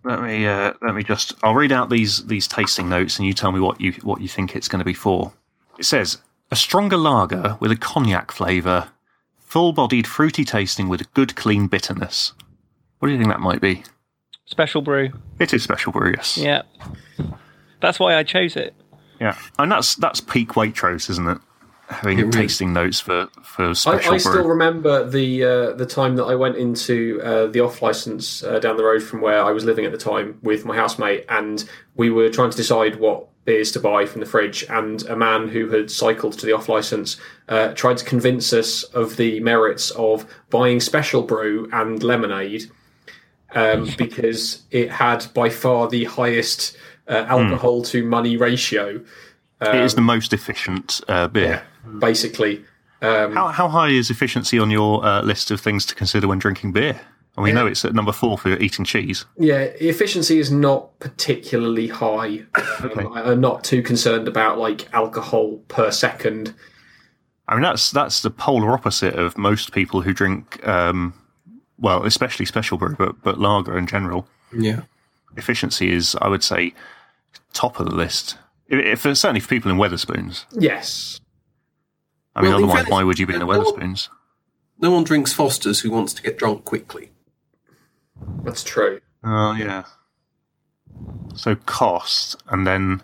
C: let me uh, let me just I'll read out these these tasting notes and you tell me what you what you think it's going to be for. It says a stronger lager with a cognac flavour, full-bodied fruity tasting with a good clean bitterness. What do you think that might be?
E: Special brew.
C: It is special brew, yes.
E: Yeah, that's why I chose it.
C: yeah. And that's that's peak Waitrose, isn't it? having
B: It really-
C: tasting notes for for
D: I,
C: special
D: I still
C: brew.
D: remember the uh, the time that I went into uh, the off license uh, down the road from where I was living at the time with my housemate, and we were trying to decide what beers to buy from the fridge. And a man who had cycled to the off license uh, tried to convince us of the merits of buying special brew and lemonade um, because it had by far the highest uh, alcohol to money ratio.
C: it is the most efficient uh, beer.
D: Basically,
C: How, how high is efficiency on your uh, list of things to consider when drinking beer? And we know it's at number four for eating cheese.
D: Yeah, efficiency is not particularly high. Um, I- I'm not too concerned about like alcohol per second.
C: I mean, that's that's the polar opposite of most people who drink, um, well, especially special brew, but but lager in general.
B: Yeah.
C: Efficiency is, I would say, top of the list. If, if certainly for people in Weatherspoons.
D: Yes.
C: I mean,
B: Well, in
C: otherwise,
B: fairness-
C: why would you be in the
B: no one-
C: Weatherspoons?
B: No one drinks Foster's who wants to get drunk quickly.
D: That's true.
C: Oh yeah. So cost and then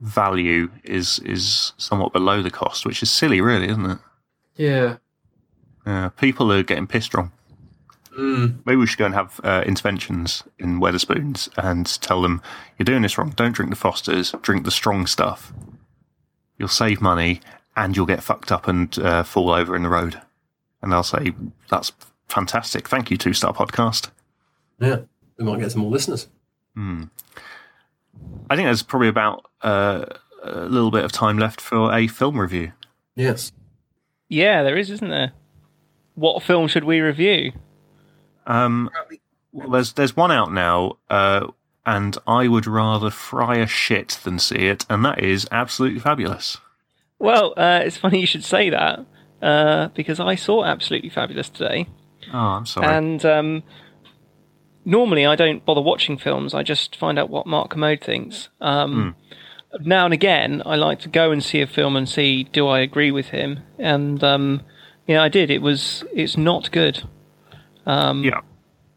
C: value is is somewhat below the cost, which is silly, really, isn't it?
D: Yeah.
C: Yeah, Uh, people are getting pissed wrong. Maybe we should go and have uh, interventions in Weatherspoons and tell them you're doing this wrong. Don't drink the Fosters. Drink the strong stuff. You'll save money and you'll get fucked up and uh, fall over in the road. And they'll say that's fantastic. Thank you, Two Star Podcast.
B: Yeah. We might get some more listeners.
C: I think there's probably about uh, a little bit of time left for a film review.
B: Yes.
E: Yeah, there is, isn't there? What film should we review?
C: Well, there's there's one out now, uh, and I would rather fry a shit than see it, and that is absolutely fabulous.
E: Well, uh, it's funny you should say that uh, because I saw Absolutely Fabulous today,
C: Oh, I'm sorry.
E: and um, normally I don't bother watching films. I just find out what Mark Commode thinks. Um,
C: Hmm.
E: Now and again, I like to go and see a film and see do I agree with him, and um, yeah, I did. It was it's not good. Um,
C: yeah,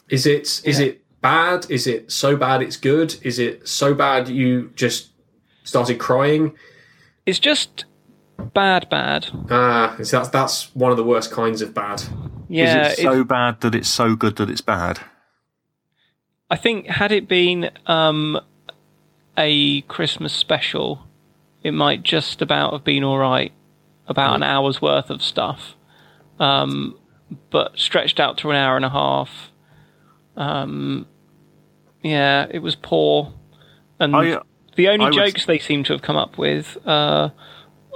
D: Is it is it bad? Is it so bad it's good? Is it so bad you just started crying?
E: It's just bad, bad.
D: Ah, it's- that's that's one of the worst kinds of bad.
E: Yeah,
C: is it
E: it-
C: so bad that it's so good that it's bad?
E: I think had it been um, a Christmas special, it might just about have been all right, about an hour's worth of stuff, um, but stretched out to an hour and a half. Um, yeah, it was poor, and
C: I uh,
E: the only
C: I would-
E: jokes they seem to have come up with, uh,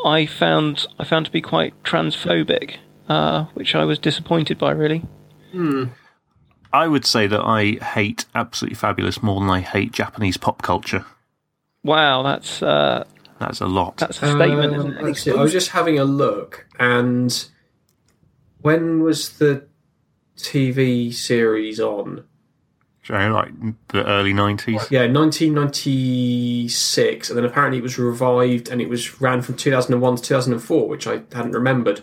E: I found I found to be quite transphobic, uh, which I was disappointed by. Really,
C: I would say that I hate absolutely fabulous more than I hate Japanese pop culture.
E: wow, that's uh,
C: That's a lot.
E: that's a statement, isn't it?
D: Um, let's see, I was just having a look, and when was the TV series on?
C: Do you know, like the early nineties.
D: Yeah, 1996, and then apparently it was revived and it was ran from 2001 to 2004, which I hadn't remembered.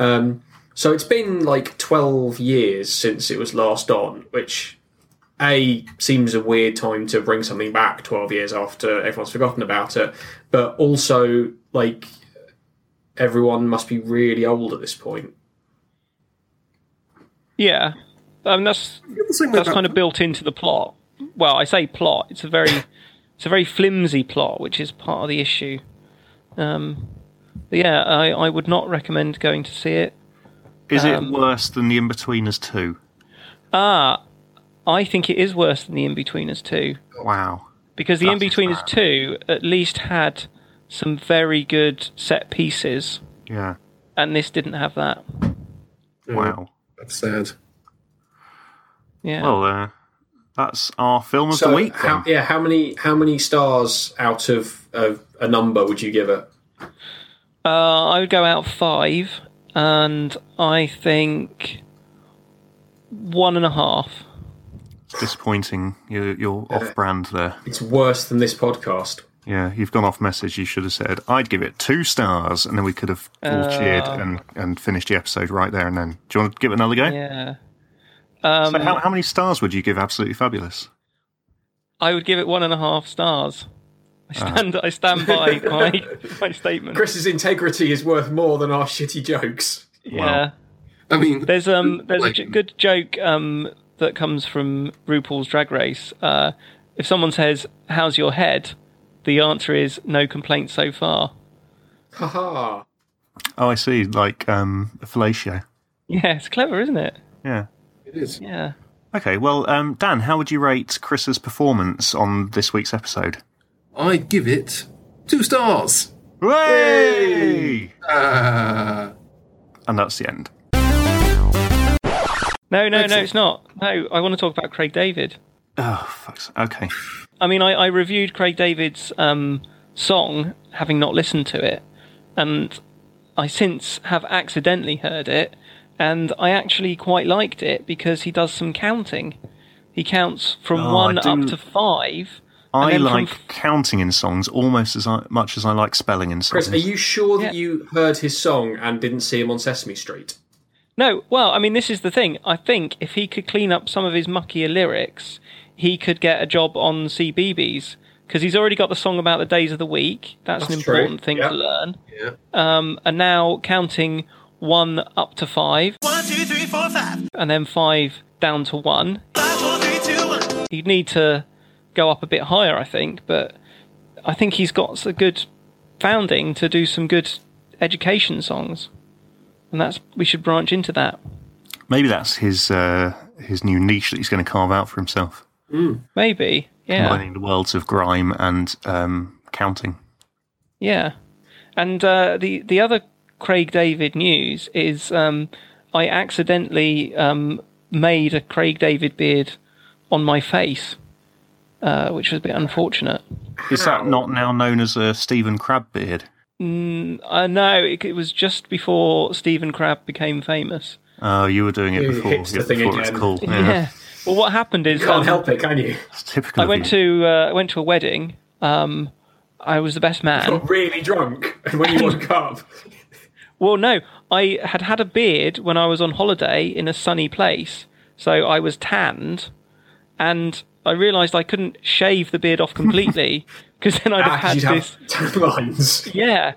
D: Um, so it's been like 12 years since it was last on, which a seems a weird time to bring something back 12 years after everyone's forgotten about it, but also like everyone must be really old at this point.
E: Yeah, um, that's
B: The thing
E: that's
B: about-
E: kind of built into the plot. Well, I say plot. It's a very it's a very flimsy plot, which is part of the issue. Um, but yeah, I, I would not recommend going to see it.
C: Is it
E: Um,
C: worse than the Inbetweeners two?
E: Ah, I think it is worse than the Inbetweeners two
C: Wow.
E: because the
C: That's
E: Inbetweeners
C: bad.
E: two at least had some very good set pieces,
C: Yeah.
E: and this didn't have that.
C: Wow.
B: That's sad.
E: Yeah,
C: Well, uh, that's our film of the
D: So
C: week.
D: how,
C: then.
D: yeah, how many how many stars out of, of a number would you give it?
E: uh, I would go out five, and I think one and a half.
C: It's disappointing. You're, you're off brand there.
D: It's worse than this podcast.
C: Yeah, you've gone off message. You should have said, I'd give it two stars, and then we could have all
E: Uh,
C: cheered and, and finished the episode right there and then. Do you want to give it another go?
E: Yeah. um,
C: So how, how many stars would you give Absolutely Fabulous?
E: I would give it one and a half stars. I stand, I stand by my, my statement.
D: Chris's integrity is worth more than our shitty jokes.
E: yeah.
B: I mean,
E: There's um there's a
B: like-
E: j- good joke um that comes from RuPaul's Drag Race. Uh, if someone says "How's your head?" the answer is "No complaints so far."
D: Haha.
C: Oh, I see. Like um, fellatio.
E: Yeah, it's clever, isn't it?
C: Yeah.
B: it is.
E: Yeah.
C: Okay. Well, um, Dan, how would you rate Chris's performance on this week's episode?
B: I give it two stars.
C: Way!
B: Uh,
C: And that's the end.
E: No, no, no,
B: Excellent.
E: it's not. No, I want to talk about Craig David.
C: Oh, fuck's Okay.
E: I mean, I, I reviewed Craig David's um, song, having not listened to it, and I since have accidentally heard it, and I actually quite liked it because he does some counting. He counts from
C: Oh, I
E: one up
C: do-
E: to five. and
C: I
E: then
C: like
E: From,
C: counting in songs almost as I, much as I like spelling in songs.
D: Chris, are you sure that
E: Yeah.
D: you heard his song and didn't see him on Sesame Street?
E: no, well, I mean, this is the thing. I think if he could clean up some of his muckier lyrics, he could get a job on CBBS because he's already got the song about the days of the week. That's, an
D: That's true.
E: important thing
D: Yeah.
E: to learn.
B: yeah.
E: um, are now counting one up to five,
F: One, two, three, four, five.
E: and then five down to one.
F: Five, four, three, two, one.
E: You'd need to go up a bit higher, I think, but I think he's got a good founding to do some good education songs, and that's we should branch into that.
C: Maybe that's his uh, his new niche that he's going to carve out for himself.
E: Maybe, yeah,
C: Combining the worlds of grime and um, counting.
E: yeah. And uh, the the other Craig David news is um, I accidentally um, made a Craig David beard on my face, uh, which was a bit unfortunate.
C: Is that not now known as a Stephen Crab beard?
E: Uh, no, it, it was just before Stephen Crab became famous.
C: Oh, you were doing it
D: Yeah,
C: before.
D: hipster
C: yeah,
D: thing
C: before it's
D: again.
C: cool. Yeah.
E: Well, what happened is
D: Can't
E: um,
D: help it, can you?
C: It's typical.
E: I
C: of
E: went
C: you.
E: to uh, I went to a wedding. Um, I was the best man.
D: Got really drunk, and when you woke up,
E: Well, no, I had had a beard when I was on holiday in a sunny place, so I was tanned, and I realised I couldn't shave the beard off completely because then I'd
D: ah,
E: have had
D: 'cause you'd
E: this.
D: have tan lines.
E: Yeah,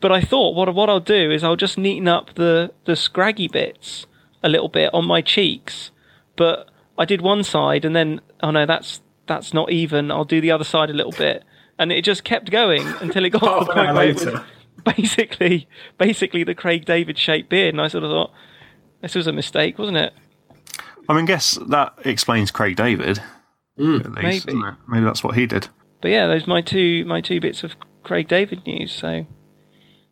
E: but I thought what what I'll do is I'll just neaten up the the scraggy bits a little bit on my cheeks. But I did one side, and then oh no, that's that's not even. I'll do the other side a little bit, and it just kept going until it got to
D: Half
E: the
D: an hour
E: point where it was
D: later.
E: basically basically the Craig David shaped beard, and I sort of thought this was a mistake, wasn't it?
C: I mean, guess that explains Craig David.
D: Hmm.
C: at least,
E: Maybe.
C: doesn't it? maybe that's what he did.
E: But yeah, those my two my two bits of Craig David news. So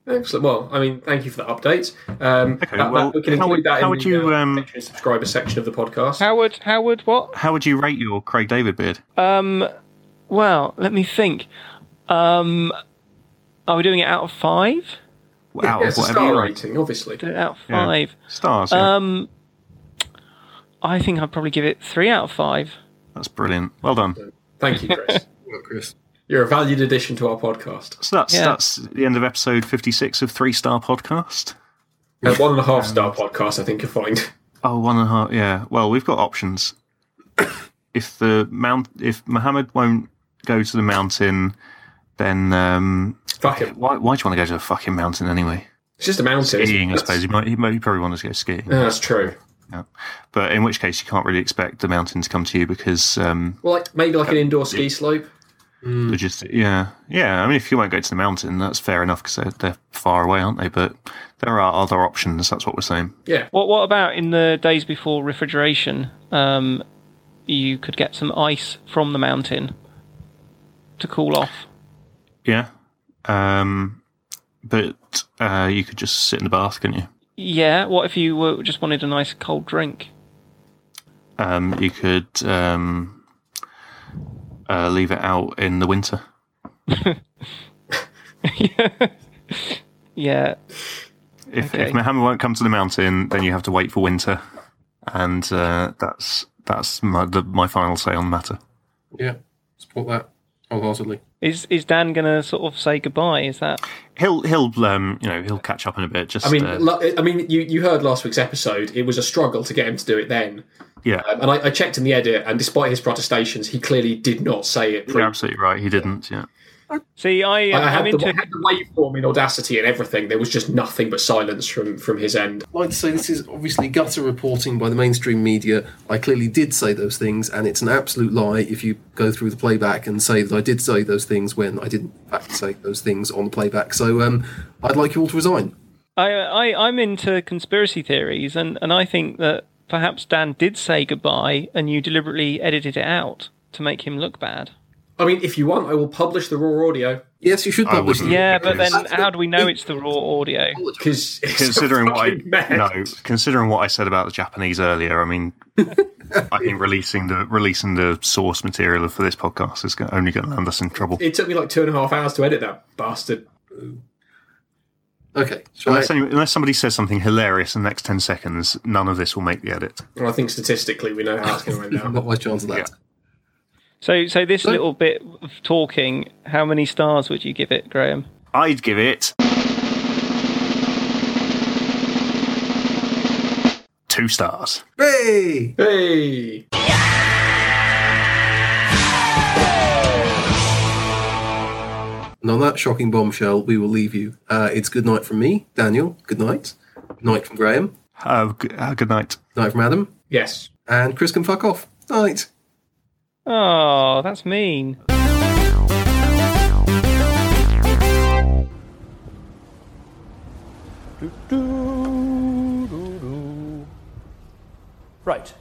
D: Excellent. Well, I mean, thank you for the update. Um, that- that-
C: well,
D: we can
C: how
D: include
C: would-
D: that
C: how
D: in
C: would
D: the
C: you,
D: uh,
C: um,
D: Patreon subscriber section of the podcast.
E: Howard Howard what?
C: How would you rate your Craig David beard?
E: Well, let me think. Um, are we doing it out of five?
C: Out
D: Yeah,
C: of
D: it's a
C: whatever
D: star
C: you rate.
D: rating, obviously.
E: Do it out of
C: Yeah.
E: five.
C: Stars. Yeah.
E: Um, I think I'd probably give it three out of five.
C: That's brilliant. Well done.
D: Thank you, Chris.
B: Well, Chris.
D: You're a valued addition to our podcast.
C: So that's
E: Yeah.
C: that's the end of episode fifty six of Three Star Podcast.
D: A one and a half star podcast, I think you'll find.
C: Oh, one and a half. Yeah. Well, we've got options. if the mount, if Mohammed won't go to the mountain, then um,
D: Fuck it.
C: why why do you want to go to the fucking mountain anyway?
D: It's just a mountain. isn't
C: Skiing, I
D: it?
C: suppose. He might, he might, he probably wants to go skiing.
D: Yeah, that's true.
C: Yeah. But in which case, you can't really expect the mountain to come to you because um,
D: Well, like maybe like an indoor ski slope. Hmm.
C: they're just yeah, yeah. I mean, if you won't go to the mountain, that's fair enough because they're, they're far away, aren't they? But there are other options. That's what we're saying.
D: Yeah.
E: What What about in the days before refrigeration? Um, you could get some ice from the mountain to cool off.
C: Yeah. Um, but uh, you could just sit in the bath, couldn't you?
E: Yeah. What if you were, just wanted a nice cold drink?
C: Um, you could um, uh, leave it out in the winter.
E: Yeah.
C: If,
E: Okay.
C: if Mohammed won't come to the mountain, then you have to wait for winter, and uh, that's that's my the, my final say on the matter.
B: Yeah. Support that wholeheartedly.
E: Is Is Dan gonna sort of say goodbye? Is that?
C: He'll he'll um you know he'll catch up in a bit. Just
D: I mean,
C: uh,
D: lo- I mean, you, you heard last week's episode. It was a struggle to get him to do it then,
C: yeah,
D: um, and I, I checked in the edit. And despite his protestations, he clearly did not say it.
C: you're
D: pre-
C: absolutely right. He didn't. Yeah,
E: See, I,
D: I
E: I'm
D: had, the,
E: into
D: I had the waveform in Audacity and everything. There was just nothing but silence from from his end.
B: like to say this is obviously gutter reporting by the mainstream media. I clearly did say those things, and it's an absolute lie if you go through the playback and say that I did say those things when I didn't in fact say those things on the playback. So um, I'd like you all to resign.
E: I, I, I'm into conspiracy theories, and, and I think that perhaps Dan did say goodbye and you deliberately edited it out to make him look bad.
D: I mean, if you want, I will publish the raw audio
B: Yes, you should
C: I
B: publish.
C: wouldn't.
B: them.
E: Yeah, but then
B: That's
E: how
B: the-
E: do we know it's the raw audio?
D: because
C: Considering what I
D: mad.
C: no, considering what I said about the Japanese earlier, I mean, I think releasing the releasing the source material for this podcast is go- only going to land us in trouble.
D: It took me like two and a half hours to edit that bastard.
B: Okay. shall I-
C: Unless, any, unless somebody says something hilarious in the next ten seconds, none of this will make the edit.
D: And I think statistically, we know how it's going to end
B: not
D: out.
B: my chance of that.
E: So, so this little bit of talking, how many stars would you give it, Graham?
C: I'd give it two stars.
B: Hey!
D: Hey,
B: And on that shocking bombshell, we will leave you. Uh, it's good night from me, Daniel. Good night. Good night from Graham.
C: Uh, g- uh, good night.
B: Good night from Adam.
D: yes.
B: And Chris can fuck off. Night.
E: Oh, that's mean.
G: Right,